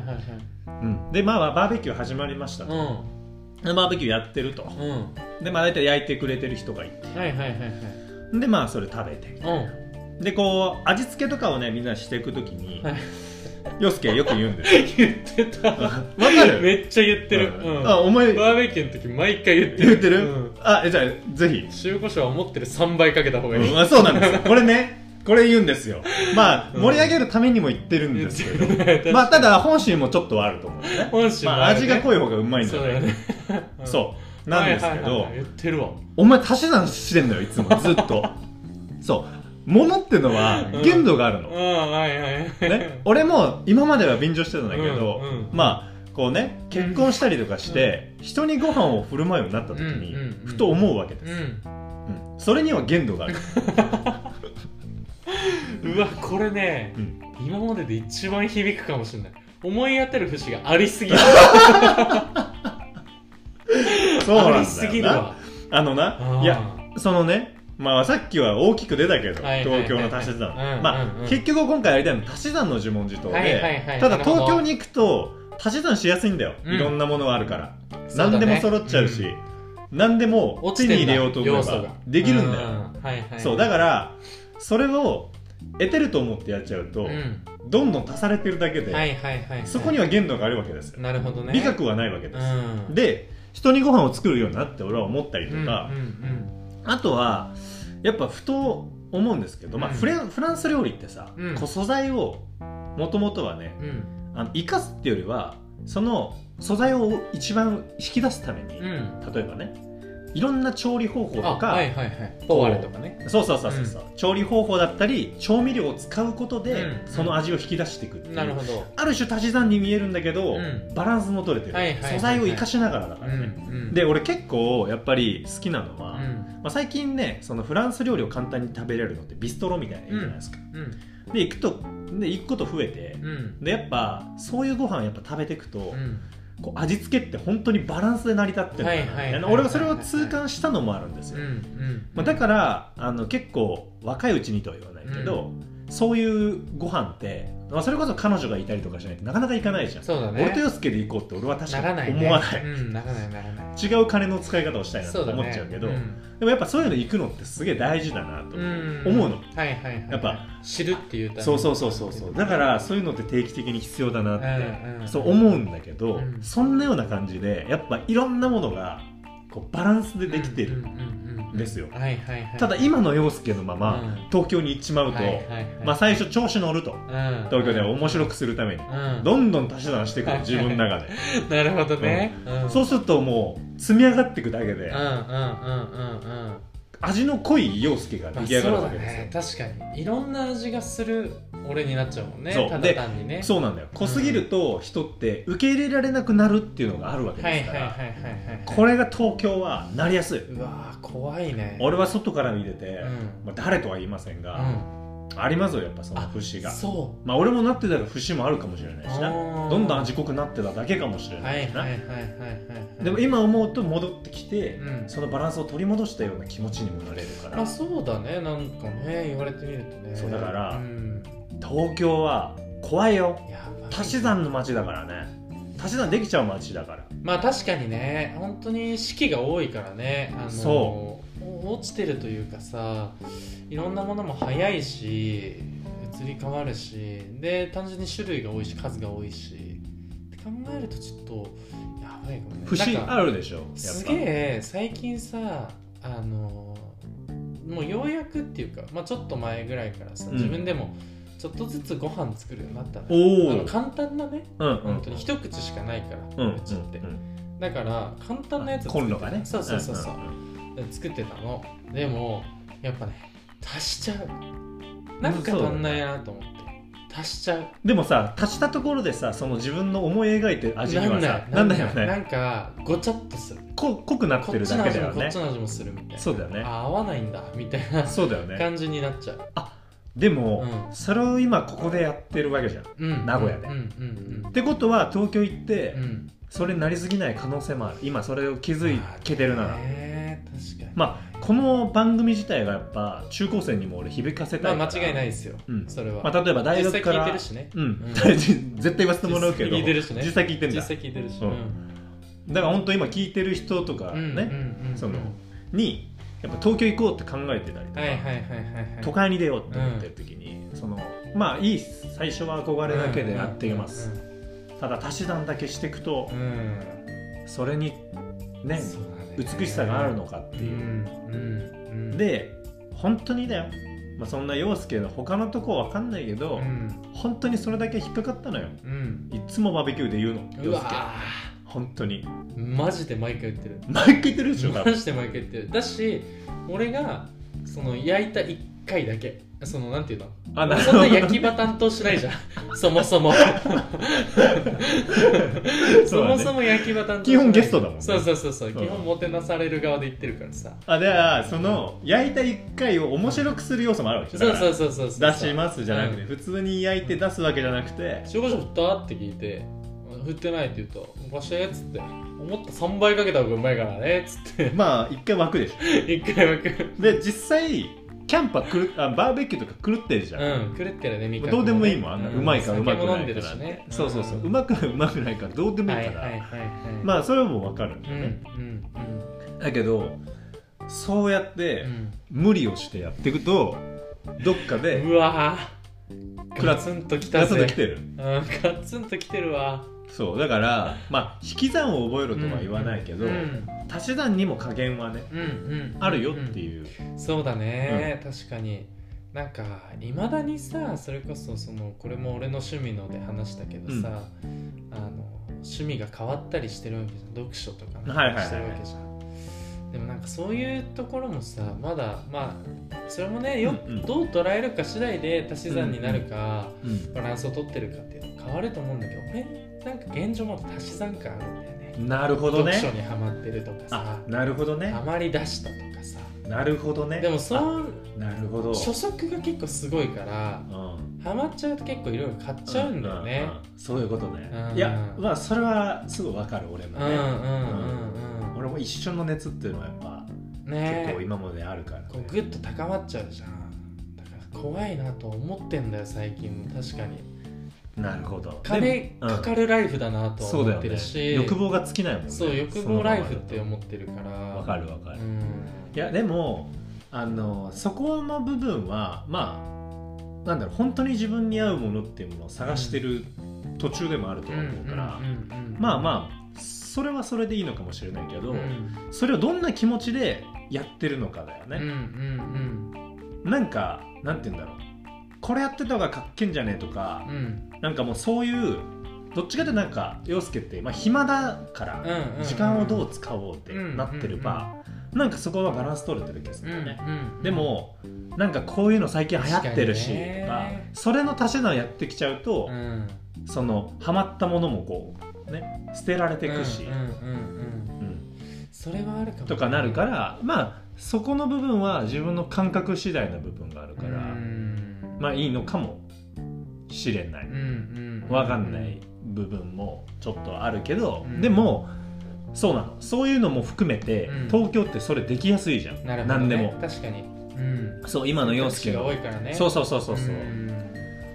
Speaker 2: うん、でまあバーベキュー始まりました、
Speaker 1: う
Speaker 2: でバーベキューやってると
Speaker 1: んうん
Speaker 2: でまあ大体焼いてくれてる人がいて
Speaker 1: はいはいはいはい
Speaker 2: でまあそれ食べて
Speaker 1: う
Speaker 2: でこう味付けとかをねみんなしていく時に、
Speaker 1: はい
Speaker 2: 陽介よく言うんです よ
Speaker 1: ん言ってた
Speaker 2: わかる
Speaker 1: めっちゃ言ってる、
Speaker 2: う
Speaker 1: うんん
Speaker 2: あお前
Speaker 1: バーベキューの時毎回言ってる
Speaker 2: 言ってる、
Speaker 1: うん
Speaker 2: あえじゃあぜひ
Speaker 1: 塩コショウは思ってる3倍かけた方がいい、
Speaker 2: まあ、そうなんですよこれねこれ言うんですよまあ
Speaker 1: うん
Speaker 2: 盛り上げるためにも言ってるんですけど、
Speaker 1: 言ってる
Speaker 2: まあただ本心もちょっとはあると思うね
Speaker 1: 本心
Speaker 2: ま
Speaker 1: も
Speaker 2: あ、
Speaker 1: ある
Speaker 2: 味
Speaker 1: ね
Speaker 2: が濃い方がうまいんじ
Speaker 1: そ
Speaker 2: ゃ
Speaker 1: う
Speaker 2: ない
Speaker 1: だよねうん
Speaker 2: そうなんですけ
Speaker 1: はいはい
Speaker 2: ど
Speaker 1: はいはい言ってるわ
Speaker 2: お前足し算してんのよいつもずっと そう物ってのは
Speaker 1: うん
Speaker 2: 限度があるの、
Speaker 1: うんはいはいはい
Speaker 2: ね、俺も今までは便乗してたんだけど、
Speaker 1: うんうん
Speaker 2: まあこうね結婚したりとかして、人にご飯を振る舞うようになった時に、
Speaker 1: うんうんうん
Speaker 2: ふと思うわけで
Speaker 1: う
Speaker 2: す、
Speaker 1: ん
Speaker 2: うんそれには限度がある
Speaker 1: ううわこれね
Speaker 2: うん
Speaker 1: 今までで一番響くかもしれない思い当たる節がありすぎる
Speaker 2: そうなんだよな
Speaker 1: ありすぎるわ
Speaker 2: あのな、いや、そのね、まあさっきは大きく出たけど、
Speaker 1: はいはいはい
Speaker 2: 東京の足し算。
Speaker 1: うんうん
Speaker 2: ま
Speaker 1: う
Speaker 2: あ
Speaker 1: ん
Speaker 2: 結局今回やりたいのは足し算の自問自答
Speaker 1: はいはい
Speaker 2: で、
Speaker 1: はい
Speaker 2: ただ
Speaker 1: なるほど
Speaker 2: 東京に行くと足し算しやすいんだよ。
Speaker 1: うん
Speaker 2: いろんなものがあるから。
Speaker 1: そうだね
Speaker 2: 何でも揃っちゃうし
Speaker 1: う、
Speaker 2: 何でも
Speaker 1: 落
Speaker 2: 手
Speaker 1: ちて
Speaker 2: に
Speaker 1: んだ
Speaker 2: 入れようと思え
Speaker 1: 要素
Speaker 2: ば
Speaker 1: が
Speaker 2: できる
Speaker 1: う
Speaker 2: んだよ。
Speaker 1: はいはい
Speaker 2: そう、だから、それを得てると思ってやっちゃうと
Speaker 1: う、ん
Speaker 2: どんどん足されてるだけ
Speaker 1: は
Speaker 2: で、
Speaker 1: いはいはい
Speaker 2: そこには限度があるわけですよ。
Speaker 1: なるほどね
Speaker 2: 美学はないわけ
Speaker 1: う
Speaker 2: です。
Speaker 1: ん
Speaker 2: で人にご飯を作るようになって俺は思ったりと
Speaker 1: うんうん
Speaker 2: か、あとはやっぱふと思うんですけど、まあ
Speaker 1: うん
Speaker 2: フレンフランス料理ってさ、
Speaker 1: うん
Speaker 2: こう素材をもともとはね
Speaker 1: うんうん
Speaker 2: あの生かすっていうよりはその素材を一番引き出すために、
Speaker 1: うん
Speaker 2: 例えばねいろんな調理方法と
Speaker 1: あ
Speaker 2: か、
Speaker 1: はいはいはいポワレとかね
Speaker 2: そうそうそうそうそう、調理方法だったり調味料を使うことで、
Speaker 1: うん
Speaker 2: その味を引き出していくっていう
Speaker 1: なるほど
Speaker 2: ある種足し算に見えるんだけど、
Speaker 1: うん
Speaker 2: バランスも取れてる、
Speaker 1: はいはいはいはい
Speaker 2: 素材を生かしながらだからね、で俺結構やっぱり好きなの
Speaker 1: う
Speaker 2: は、ま
Speaker 1: ん
Speaker 2: あ、最近ねそのフランス料理を簡単に食べれるのってビストロみたいなのいいじゃないですか、
Speaker 1: うん
Speaker 2: で行くとで行くこと増えて、
Speaker 1: うん
Speaker 2: でやっぱそういうご飯やっぱ食べていくと、
Speaker 1: うん
Speaker 2: こう味付けって本当にバランスで成り立ってるんだな
Speaker 1: はいはいはいはい
Speaker 2: 俺はそれを痛感したのもあるんです
Speaker 1: うんう
Speaker 2: よ、
Speaker 1: ん
Speaker 2: まあ、だからあの結構若いうちにとは言わないけど、そういうご飯って、まあ、それこそ彼女がいたりとかしないとなかなか行かないじゃん、
Speaker 1: そうだね
Speaker 2: 俺と洋介で行こうって俺は確か
Speaker 1: な
Speaker 2: に
Speaker 1: らないね
Speaker 2: 思わない
Speaker 1: うんならないならない
Speaker 2: 違う金の使い方をしたいなと思っちゃうけど
Speaker 1: ん
Speaker 2: でもやっぱそういうの行くのってすげえ大事だなと
Speaker 1: うん
Speaker 2: 思うの、
Speaker 1: はいはいはい
Speaker 2: やっぱ
Speaker 1: 知るっていうため
Speaker 2: そうそうそうそうそうだからそういうのって定期的に必要だなって、
Speaker 1: うんうん
Speaker 2: そう思うんだけど、
Speaker 1: うん
Speaker 2: そんなような感じでやっぱいろんなものがこうバランスでできて
Speaker 1: うんう
Speaker 2: る、
Speaker 1: んうんうん
Speaker 2: ですよ
Speaker 1: はいはいはい
Speaker 2: ただ今の陽介のまま、
Speaker 1: うん
Speaker 2: 東京に行っちまうと、
Speaker 1: はいはいはい
Speaker 2: まあ、最初調子乗ると
Speaker 1: うん
Speaker 2: 東京では面白くするために、
Speaker 1: うん
Speaker 2: どんどん足し算していくの自分の中で
Speaker 1: なるほどねうん
Speaker 2: そうするともう積み上がっていくだけで
Speaker 1: うんうんうんうんうん
Speaker 2: 味の濃い陽介が
Speaker 1: ま
Speaker 2: 出
Speaker 1: あ
Speaker 2: 来上がる
Speaker 1: そう
Speaker 2: わ
Speaker 1: だ
Speaker 2: けですよ、
Speaker 1: ね確かにいろんな味がする俺になっちゃうもんね
Speaker 2: そう
Speaker 1: ただ
Speaker 2: で
Speaker 1: 単にね
Speaker 2: そうなんだよ濃すぎると人って受け入れられなくなるっていうのがあるわけ
Speaker 1: はいはい
Speaker 2: ですか
Speaker 1: はいはい
Speaker 2: ら
Speaker 1: はい
Speaker 2: これが東京はなりやすいう
Speaker 1: わー怖いね
Speaker 2: 俺は外から見てて、
Speaker 1: うん
Speaker 2: まあ、誰とは言いません
Speaker 1: う
Speaker 2: が、
Speaker 1: ん
Speaker 2: ありますよやっぱその節が
Speaker 1: そ
Speaker 2: まあ俺もなってたら節もあるかもしれな
Speaker 1: う
Speaker 2: いしな
Speaker 1: あー
Speaker 2: どんどん味濃くなってただけかもしれ
Speaker 1: は
Speaker 2: ない
Speaker 1: い
Speaker 2: しな、
Speaker 1: はいはいはいはい
Speaker 2: でも今思うと戻ってきて、
Speaker 1: うん
Speaker 2: そのバランスを取り戻したような気持ちにもなれるから、
Speaker 1: まあそうだねなんかね言われてみるとね
Speaker 2: そうだから
Speaker 1: うん
Speaker 2: 東京は怖いよ
Speaker 1: やばい
Speaker 2: 足し算の街だからね足し算できちゃう街だから
Speaker 1: まあ確かにね本当に式が多いからねあの
Speaker 2: そ
Speaker 1: 落ちてるというかさいろんなものも早いし移り変わるしで単純に種類が多いし数が多いしって考えるとちょっとやばいかもね
Speaker 2: 節
Speaker 1: なんか
Speaker 2: あるでしょやっぱ
Speaker 1: すげえ最近さあのもうようやくっていうか、まあ、ちょっと前ぐらいからさ、
Speaker 2: うん
Speaker 1: 自分でもちょっとずつご飯作るようになったの
Speaker 2: おお
Speaker 1: あの簡単なね
Speaker 2: うんうん
Speaker 1: 本当に一口しかないから、うちって、
Speaker 2: うん
Speaker 1: だから簡単なやつ
Speaker 2: コンロがね
Speaker 1: そうそうそうそう、
Speaker 2: ん
Speaker 1: 作ってたのでもやっぱね足しちゃうなんか足んないなと思って足しちゃう
Speaker 2: でもさ足したところでさその自分の思い描いてる味にはさ
Speaker 1: な
Speaker 2: なんん
Speaker 1: な
Speaker 2: だ
Speaker 1: い
Speaker 2: よ
Speaker 1: な
Speaker 2: ね
Speaker 1: んかごちゃっとする
Speaker 2: こ濃くなっ
Speaker 1: こ
Speaker 2: て
Speaker 1: っ
Speaker 2: る
Speaker 1: ちの
Speaker 2: だけ
Speaker 1: 味
Speaker 2: だ
Speaker 1: も
Speaker 2: よ
Speaker 1: こっ
Speaker 2: ね
Speaker 1: ちの味もするみたいな
Speaker 2: そうだよね
Speaker 1: あ合わないんだみたいな
Speaker 2: そうだよね
Speaker 1: 感じになっちゃう、
Speaker 2: でも、
Speaker 1: う
Speaker 2: それを今ここでやってるわけじゃんっ
Speaker 1: うん、
Speaker 2: 名古屋で
Speaker 1: うんうん
Speaker 2: てことは東京行って、
Speaker 1: うんうん
Speaker 2: それになりすぎない可能性もある今それを気づいけてるなら、
Speaker 1: ね確かに
Speaker 2: まあこの番組自体がやっぱ中高生にも俺響かせたいから
Speaker 1: まあ間違いないですよ、
Speaker 2: うん
Speaker 1: それは、
Speaker 2: まあ、例えば大
Speaker 1: 実
Speaker 2: 学
Speaker 1: 際
Speaker 2: か
Speaker 1: 聞い
Speaker 2: ら
Speaker 1: てるしね
Speaker 2: うん
Speaker 1: うん
Speaker 2: 絶対言わせてもらうけど
Speaker 1: 実際聞いてるしね
Speaker 2: 実際聞いてんだ
Speaker 1: 実際聞いてるし、
Speaker 2: うんだから本当今聞いてる人とか
Speaker 1: う
Speaker 2: ね、
Speaker 1: んうんうん
Speaker 2: そのにやっぱ東京行こうって考えてたりとか、
Speaker 1: はいはいはいはいはい
Speaker 2: 都会に出ようって思ってる時に、そのまあいいっす最初は憧れだけでやっています、ただ足し算だけしていくと
Speaker 1: うんうんうんうん
Speaker 2: それにね
Speaker 1: そうだね
Speaker 2: 美しさがあるのかっ
Speaker 1: う
Speaker 2: て
Speaker 1: ん
Speaker 2: いう、
Speaker 1: うんうん
Speaker 2: で本当にだよ、まあ、そんな陽介の他のとこわかんないけ
Speaker 1: う
Speaker 2: ど、
Speaker 1: ん
Speaker 2: 本当にそれだけ引っかかったのよ
Speaker 1: うん
Speaker 2: いつもバーベキューで言うの
Speaker 1: う
Speaker 2: 陽
Speaker 1: わ
Speaker 2: 介本当に
Speaker 1: ーマジで毎回言ってる
Speaker 2: 毎回言ってるでしょ多
Speaker 1: マ
Speaker 2: 分
Speaker 1: ジで毎回言ってるだし俺がその焼いた一回だけそのなんていうの
Speaker 2: あなるほ
Speaker 1: そん
Speaker 2: ど
Speaker 1: な焼き場担当しないじゃ んそもそもそもそも焼き場担当しない
Speaker 2: 基本ゲストだもんね
Speaker 1: そうそうそうそう
Speaker 2: うん
Speaker 1: 基本もてなされる側で言ってるからさ
Speaker 2: あではその焼いた1回を面白くする要素もあるわけ
Speaker 1: そ
Speaker 2: で
Speaker 1: う
Speaker 2: すよだから
Speaker 1: そうそうそうそう
Speaker 2: 出しますじゃなくて、
Speaker 1: うん
Speaker 2: 普通に焼いて出すわけじゃなくて
Speaker 1: 塩コショウ振ったって聞いて振ってないって言うと「わしゃや」っつって思った3倍かけた方がうまいからねっつって
Speaker 2: まあ1回湧くでし
Speaker 1: 一回はくる
Speaker 2: ょで実際キャンパーあバーベキューとか狂ってるじゃ
Speaker 1: う
Speaker 2: ん、
Speaker 1: ん狂ってるねみかん
Speaker 2: どうでもいいもんあんな、うまいからうま
Speaker 1: 酒
Speaker 2: く
Speaker 1: も
Speaker 2: な
Speaker 1: 飲ん
Speaker 2: い
Speaker 1: で
Speaker 2: か
Speaker 1: る
Speaker 2: ら
Speaker 1: しね
Speaker 2: そうそうそう、うんまくないうまくないからどうでもいい
Speaker 1: はい
Speaker 2: か
Speaker 1: はい
Speaker 2: ら、
Speaker 1: はいはい
Speaker 2: まあそれはもう分かるんだ
Speaker 1: うんう
Speaker 2: よ
Speaker 1: ん
Speaker 2: ね、
Speaker 1: うん
Speaker 2: だけどそうやって
Speaker 1: うん
Speaker 2: 無理をしてやっていくとどっかで
Speaker 1: うわぁ
Speaker 2: くら
Speaker 1: ガツンときた
Speaker 2: ガツンと
Speaker 1: ぜ
Speaker 2: きてる
Speaker 1: うんガツンときてるわ
Speaker 2: そうだからまあ引き算を覚えろとは言わないけど、
Speaker 1: うん
Speaker 2: 足し算にも加減はね
Speaker 1: うんうん
Speaker 2: あるよっていう、
Speaker 1: そうだね、確かになんかいまだにさそれこそそのこれも俺の趣味ので話したけどさ、あの趣味が変わったりしてるわけじゃん読書とかね
Speaker 2: はいはいはい
Speaker 1: してるわけじゃんでもなんかそういうところもさまだまあそれもねよ、
Speaker 2: うんうん
Speaker 1: どう捉えるか次第で足し算になるか、
Speaker 2: うん
Speaker 1: バランスを取ってるかっていうのは変わると思うんだけど俺なんか現状まだ足し算感あるんだよね
Speaker 2: なるほど
Speaker 1: 読
Speaker 2: ね
Speaker 1: 書にはまってるとか
Speaker 2: あ
Speaker 1: さ
Speaker 2: なるほどね
Speaker 1: あまり出したとかさ
Speaker 2: なるほどね
Speaker 1: でもそう
Speaker 2: あなるほど
Speaker 1: 初速が結構すごいから
Speaker 2: うん
Speaker 1: ハマっちゃうと結構いろいろ買っちゃうんだよね
Speaker 2: うんうんそういうことね
Speaker 1: うん
Speaker 2: いやまあそれはすぐ分かる俺も
Speaker 1: うんう
Speaker 2: ね、
Speaker 1: んうんうん
Speaker 2: 俺も一緒の熱っていうのはやっぱ、
Speaker 1: ね
Speaker 2: 結構
Speaker 1: え
Speaker 2: 今まであるからね、
Speaker 1: こうグッと高まっちゃうじゃんだから怖いなと思ってんだよ最近確かに
Speaker 2: なるほど
Speaker 1: 金かかるライフだなと
Speaker 2: そうだ
Speaker 1: 思っ
Speaker 2: よ
Speaker 1: て
Speaker 2: ね
Speaker 1: るし
Speaker 2: 欲望が尽きないもんね
Speaker 1: そう欲望ライフって
Speaker 2: う
Speaker 1: 思ってるから
Speaker 2: わかるわかる、
Speaker 1: う
Speaker 2: い
Speaker 1: ん
Speaker 2: やでもあのそこの部分はまあなんだろう本当に自分に合うものっていうものを探してる途中でもあるとは思うから、まあまあそれはそれでいいのかもしれないけ
Speaker 1: あ
Speaker 2: ど、
Speaker 1: うん
Speaker 2: それをどんな気持ちでやってるのかだよ
Speaker 1: うんうん
Speaker 2: ね、なんかなんて言うんだろうこれやってた方がかっけんじゃねえとか
Speaker 1: うんうんうん
Speaker 2: なんかもうそういうどっちかってなんか陽介って、まあ、暇だ
Speaker 1: う
Speaker 2: か
Speaker 1: ん
Speaker 2: ら
Speaker 1: うんうん
Speaker 2: 時間をどう使おうってなってれば、なんかそこはバランス取れてる気がするんだよね、
Speaker 1: うんうん
Speaker 2: でもなんかこういうの最近流行ってるし
Speaker 1: 確かに
Speaker 2: とか
Speaker 1: ね
Speaker 2: それの足し算やってきちゃうと
Speaker 1: う、ん
Speaker 2: そのハマったものもこうね捨てられていくし、
Speaker 1: うんうんうん
Speaker 2: うん
Speaker 1: うんそれはあるかもね
Speaker 2: とかなるからまあそこの部分は自分の感覚次第の部分があるから、
Speaker 1: うん
Speaker 2: まあいいのかもしれない。
Speaker 1: うんうんう
Speaker 2: わかんない部分もちょっとあるけど、
Speaker 1: うん
Speaker 2: でもそうなのそういうのも含めて、
Speaker 1: うん
Speaker 2: 東京ってそれできやすいじゃん、
Speaker 1: なるほどね
Speaker 2: 何でも
Speaker 1: 確かにうん
Speaker 2: そう今の洋介
Speaker 1: 選択肢が多
Speaker 2: の、
Speaker 1: いからね
Speaker 2: そうそうそうそうそう
Speaker 1: うん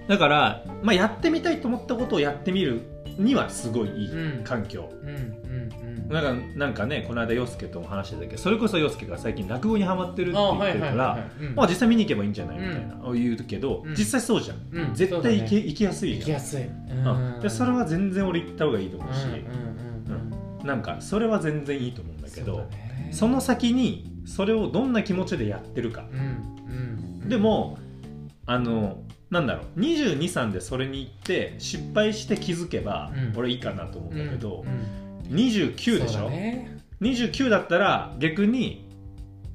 Speaker 2: だから、まあ、やってみたいと思ったことをやってみるにはすごいいい
Speaker 1: うん
Speaker 2: 環境、
Speaker 1: うんうんうん
Speaker 2: なんかなんかねこの間洋介とも話してたけどそれこそ洋介が最近落語にハマってるって
Speaker 1: あ
Speaker 2: 言っ
Speaker 1: は
Speaker 2: て
Speaker 1: い
Speaker 2: る
Speaker 1: は
Speaker 2: か
Speaker 1: い
Speaker 2: ら、
Speaker 1: はいうん
Speaker 2: まあ、実際見に行けばいいんじゃないみたいな、言うけど、
Speaker 1: うん
Speaker 2: 実際そうじゃん
Speaker 1: うん
Speaker 2: 絶対行け,、
Speaker 1: そうだね
Speaker 2: 行きやすい
Speaker 1: 行き
Speaker 2: じゃん
Speaker 1: やすい
Speaker 2: うんでそれは全然俺行った方がいいと思うし、
Speaker 1: うんうんうんうん
Speaker 2: なんかそれは全然いいと思うんだけど
Speaker 1: そうだね
Speaker 2: その先にそれをどんな気持ちでやってるか
Speaker 1: う、んうん
Speaker 2: でもあのなんだろう22歳でそれに行って失敗して気づけば、
Speaker 1: うん
Speaker 2: 俺いいかなと思う
Speaker 1: うん
Speaker 2: だけど、
Speaker 1: ん
Speaker 2: 29でし
Speaker 1: そう
Speaker 2: ょ、
Speaker 1: だね
Speaker 2: 29だったら逆に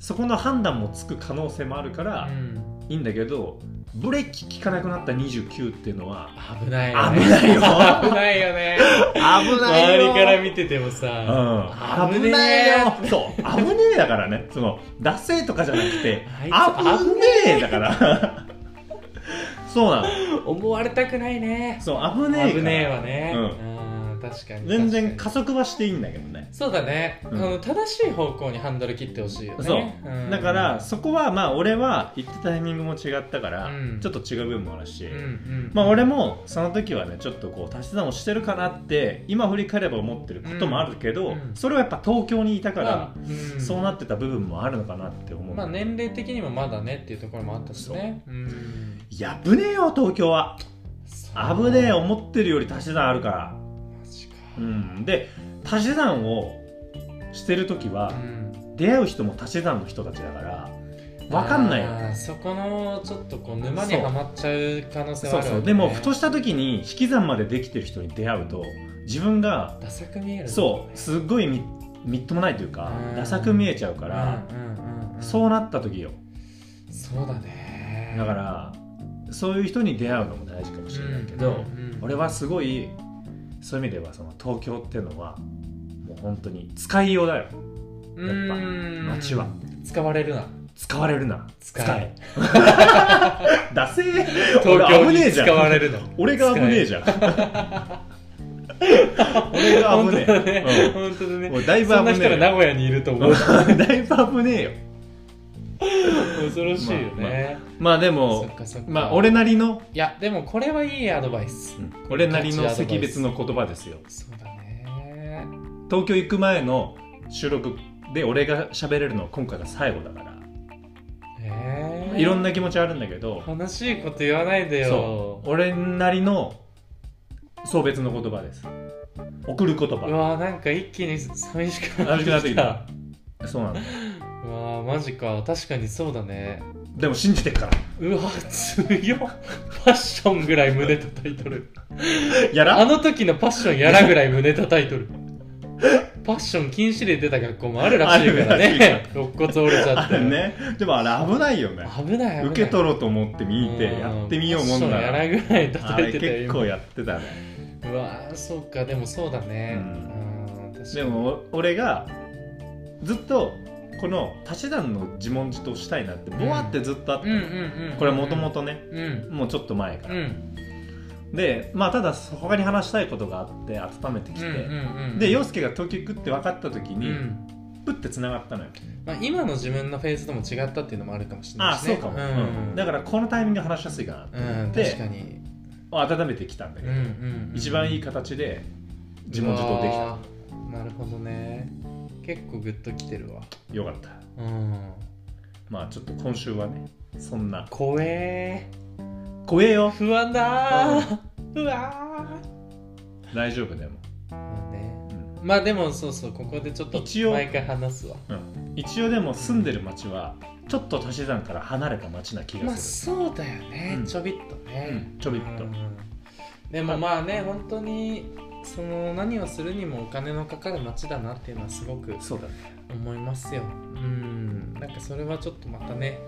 Speaker 2: そこの判断もつく可能性もあるから
Speaker 1: うん
Speaker 2: いいんだけど、ブレーキ効かなくなった29っていうのは
Speaker 1: 危ないよね
Speaker 2: 危ないよ
Speaker 1: 危ないよね
Speaker 2: 危
Speaker 1: 周りから
Speaker 2: 見
Speaker 1: 見ててもさ
Speaker 2: うん、
Speaker 1: 危ねえよ
Speaker 2: 危ねえよそう危ねえだからねそのダセえとかじゃなくて
Speaker 1: あいつ
Speaker 2: 危ねえだから そうなの
Speaker 1: 思われたくないね
Speaker 2: そう危ねえから
Speaker 1: 危ねえわね
Speaker 2: う
Speaker 1: うん確かに
Speaker 2: 全然
Speaker 1: 確
Speaker 2: 加
Speaker 1: か
Speaker 2: 速はしていいんだけどね
Speaker 1: にそうだねあ
Speaker 2: うん
Speaker 1: の正しい方向にハンドル切ってほしいよね
Speaker 2: そうんだからそこはまあ俺は行ったタイミングも違ったから、
Speaker 1: うん
Speaker 2: ちょっと違う部分もあるし、
Speaker 1: うんうん
Speaker 2: まあ俺もその時はねちょっとこう足し算をしてるかなって今振り返れば思ってることもあるけど、
Speaker 1: うんうん
Speaker 2: それはやっぱ東京にいたから
Speaker 1: ま、あうん
Speaker 2: そうなってた部分もあるのかなって思う、
Speaker 1: まあ年齢的にもまだねっていうところもあったしねうん
Speaker 2: いや危ねえよ東京は
Speaker 1: そう
Speaker 2: 危ねえ思ってるより足し算あるから、
Speaker 1: マジか
Speaker 2: うん、で足し算をしてる時は
Speaker 1: うん
Speaker 2: 出会う人も足し算の人たちだから分かんないよ
Speaker 1: あーそこのちょっとこう沼にはまっちゃう可能性は
Speaker 2: そ
Speaker 1: あ
Speaker 2: う
Speaker 1: る
Speaker 2: そ
Speaker 1: わ
Speaker 2: う
Speaker 1: けね
Speaker 2: でもふとした時に引き算までできてる人に出会うと自分が
Speaker 1: ダサく見える
Speaker 2: そうすっごいみみっともないというか
Speaker 1: うん
Speaker 2: ダサく見えちゃうから
Speaker 1: うんうんうんうん
Speaker 2: そうなった時よ
Speaker 1: そうだね
Speaker 2: だからそういう人に出会うのも大事かもしれないけど、俺はすごいそういう意味ではその東京っていうのはもう本当に使いようだよやっぱ街は
Speaker 1: 使われるな
Speaker 2: 使われるな
Speaker 1: 使え
Speaker 2: だせえ
Speaker 1: 東京
Speaker 2: 俺危ね
Speaker 1: に
Speaker 2: えじゃ
Speaker 1: 使わ
Speaker 2: ん
Speaker 1: れるの
Speaker 2: 俺が危ねえじゃん
Speaker 1: 本当だね
Speaker 2: 俺が危ねえうん
Speaker 1: 本当だね
Speaker 2: もうだいぶ
Speaker 1: そんな
Speaker 2: 危
Speaker 1: 人が
Speaker 2: ね
Speaker 1: 名古屋にいると
Speaker 2: え
Speaker 1: 思
Speaker 2: よ
Speaker 1: う
Speaker 2: だいぶ危ねえよ
Speaker 1: 恐ろしいよね
Speaker 2: まあで
Speaker 1: そ
Speaker 2: も
Speaker 1: っかそっか
Speaker 2: まあ俺なりの
Speaker 1: いやでもこれはいいアドバイス
Speaker 2: 俺なりの惜別の言葉ですよ
Speaker 1: そうだね
Speaker 2: 東京行く前の収録で俺が喋れるのは今回が最後だから
Speaker 1: えー
Speaker 2: いろんな気持ちあるんだけど
Speaker 1: 悲しいこと言わないで
Speaker 2: そ
Speaker 1: よ
Speaker 2: う俺なりの送別の言葉です送る言
Speaker 1: う
Speaker 2: 葉
Speaker 1: わーなんか一気に寂しくなってきた
Speaker 2: 寂しくなっそうなんだ
Speaker 1: うわーマジか確かにそうだね
Speaker 2: でも信じてっから
Speaker 1: うわ強っパッションぐらい胸叩いとる
Speaker 2: や
Speaker 1: あ
Speaker 2: ら
Speaker 1: の時のパッションやらぐらい胸叩いとるパッション禁止令出た学校もあるらしいから
Speaker 2: あるらしい
Speaker 1: ね肋骨折れちゃ
Speaker 2: あ
Speaker 1: って
Speaker 2: れねでもあれ危ないよね
Speaker 1: 危ない危ない
Speaker 2: 受け取ろうと思って見て
Speaker 1: うん
Speaker 2: やってみようもんな
Speaker 1: パ
Speaker 2: ら
Speaker 1: ッションやらぐらい
Speaker 2: あ
Speaker 1: 叩い
Speaker 2: れ
Speaker 1: てた
Speaker 2: 結
Speaker 1: よ
Speaker 2: 構やってたね
Speaker 1: 今うわーそうかでもそうだね
Speaker 2: う
Speaker 1: うん確かに
Speaker 2: でもお俺がずっとこの足し算の自問自答したいなってぼわってずっとあっ
Speaker 1: う
Speaker 2: た
Speaker 1: ん
Speaker 2: の、
Speaker 1: うんうんうん
Speaker 2: これはもともとね
Speaker 1: うん
Speaker 2: もうちょっと前
Speaker 1: う
Speaker 2: から、
Speaker 1: ん
Speaker 2: でまあただ他に話したいことがあって温めてきて、で洋介が東京行くって分かった時
Speaker 1: う
Speaker 2: に、
Speaker 1: ん
Speaker 2: プッてつながったのよ
Speaker 1: まあ、今の自分のフェーズとも違ったっていうのもあるかもしれ
Speaker 2: あ
Speaker 1: ない
Speaker 2: あ
Speaker 1: し、
Speaker 2: そ
Speaker 1: ね、
Speaker 2: うかも、
Speaker 1: ん
Speaker 2: うんだからこのタイミングで話しやすいか
Speaker 1: うん、
Speaker 2: で
Speaker 1: 確かに、
Speaker 2: な温めてきたんだ
Speaker 1: う
Speaker 2: け
Speaker 1: ん
Speaker 2: ど、
Speaker 1: うんうん、
Speaker 2: 一番いい形で自問自答でき
Speaker 1: うわーなるほどね結構グッときてるわ
Speaker 2: たよかった
Speaker 1: うん
Speaker 2: まあちょっと今週はねそんな
Speaker 1: 怖え
Speaker 2: 怖えよ
Speaker 1: 不安だーうわ
Speaker 2: 大丈夫でも、
Speaker 1: ー、まあね、
Speaker 2: うん
Speaker 1: まあでもそうそうここでちょっと
Speaker 2: 一応
Speaker 1: 毎回話すわ
Speaker 2: 一応でも住んでる町はちょっと足し算から離れた町な気
Speaker 1: ま
Speaker 2: が
Speaker 1: あ
Speaker 2: す
Speaker 1: そうだよね、
Speaker 2: うん
Speaker 1: ちょびっとね、
Speaker 2: る、うん、ちょびっと、
Speaker 1: うんでもまあね本当にその何をするにもお金のかかる街だなっていうのはすごく
Speaker 2: そうだね
Speaker 1: 思いますようんなんかそれはちょっとまたね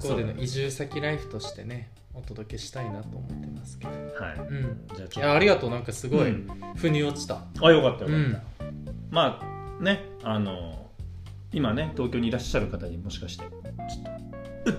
Speaker 1: 向こうでの移住先ライフとしてねお届けしたいなと思ってますけど
Speaker 2: はい、
Speaker 1: うん
Speaker 2: じゃあち
Speaker 1: い
Speaker 2: ょっ
Speaker 1: やありがとうなんかす
Speaker 2: と
Speaker 1: ごい、
Speaker 2: うん
Speaker 1: 腑に落ちた
Speaker 2: あよかったよ
Speaker 1: う
Speaker 2: かった、
Speaker 1: ん
Speaker 2: まあねあの今ね東京にいらっしゃる方にもしかしてちょっとうっ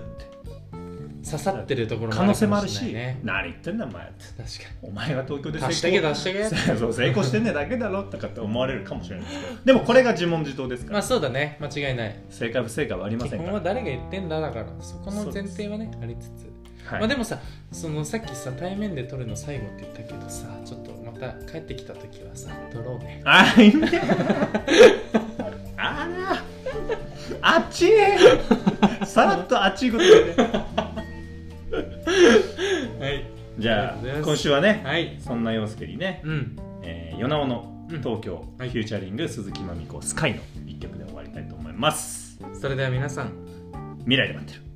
Speaker 2: て
Speaker 1: 刺さってるところ
Speaker 2: 可能性もあるし、
Speaker 1: れないね
Speaker 2: 何言ってんだお前って
Speaker 1: 確
Speaker 2: お前が東京で
Speaker 1: かに出してけ
Speaker 2: 成
Speaker 1: 出してけ
Speaker 2: 功そう成功してんねえだけだろとかって思われるかもしれないですけどでもこれが自問自答ですか
Speaker 1: ま
Speaker 2: ら
Speaker 1: あそうだね間違いない
Speaker 2: 正解不正解はありま
Speaker 1: 基
Speaker 2: せん
Speaker 1: 本
Speaker 2: か
Speaker 1: は
Speaker 2: ら、
Speaker 1: 誰が言ってんだだからそこの前提はねありつつ
Speaker 2: はい
Speaker 1: まあ、でもさそのさっきさ対面で撮るの最後って言ったけどさちょっとまた帰ってきた時はさ撮ろうね
Speaker 2: あいいねあらあっちいさらっとあっちいこと言うね
Speaker 1: はい
Speaker 2: じ
Speaker 1: あ
Speaker 2: ゃ
Speaker 1: りがとうございま
Speaker 2: あ
Speaker 1: す
Speaker 2: 今週はね
Speaker 1: はい
Speaker 2: そんな陽介にね
Speaker 1: うん
Speaker 2: えー、ヨナオの
Speaker 1: うん
Speaker 2: 東京、
Speaker 1: はい
Speaker 2: フューチャリング鈴木まみこスカイの一曲で終わりたいと思います
Speaker 1: それでは皆さん
Speaker 2: 未来で待ってる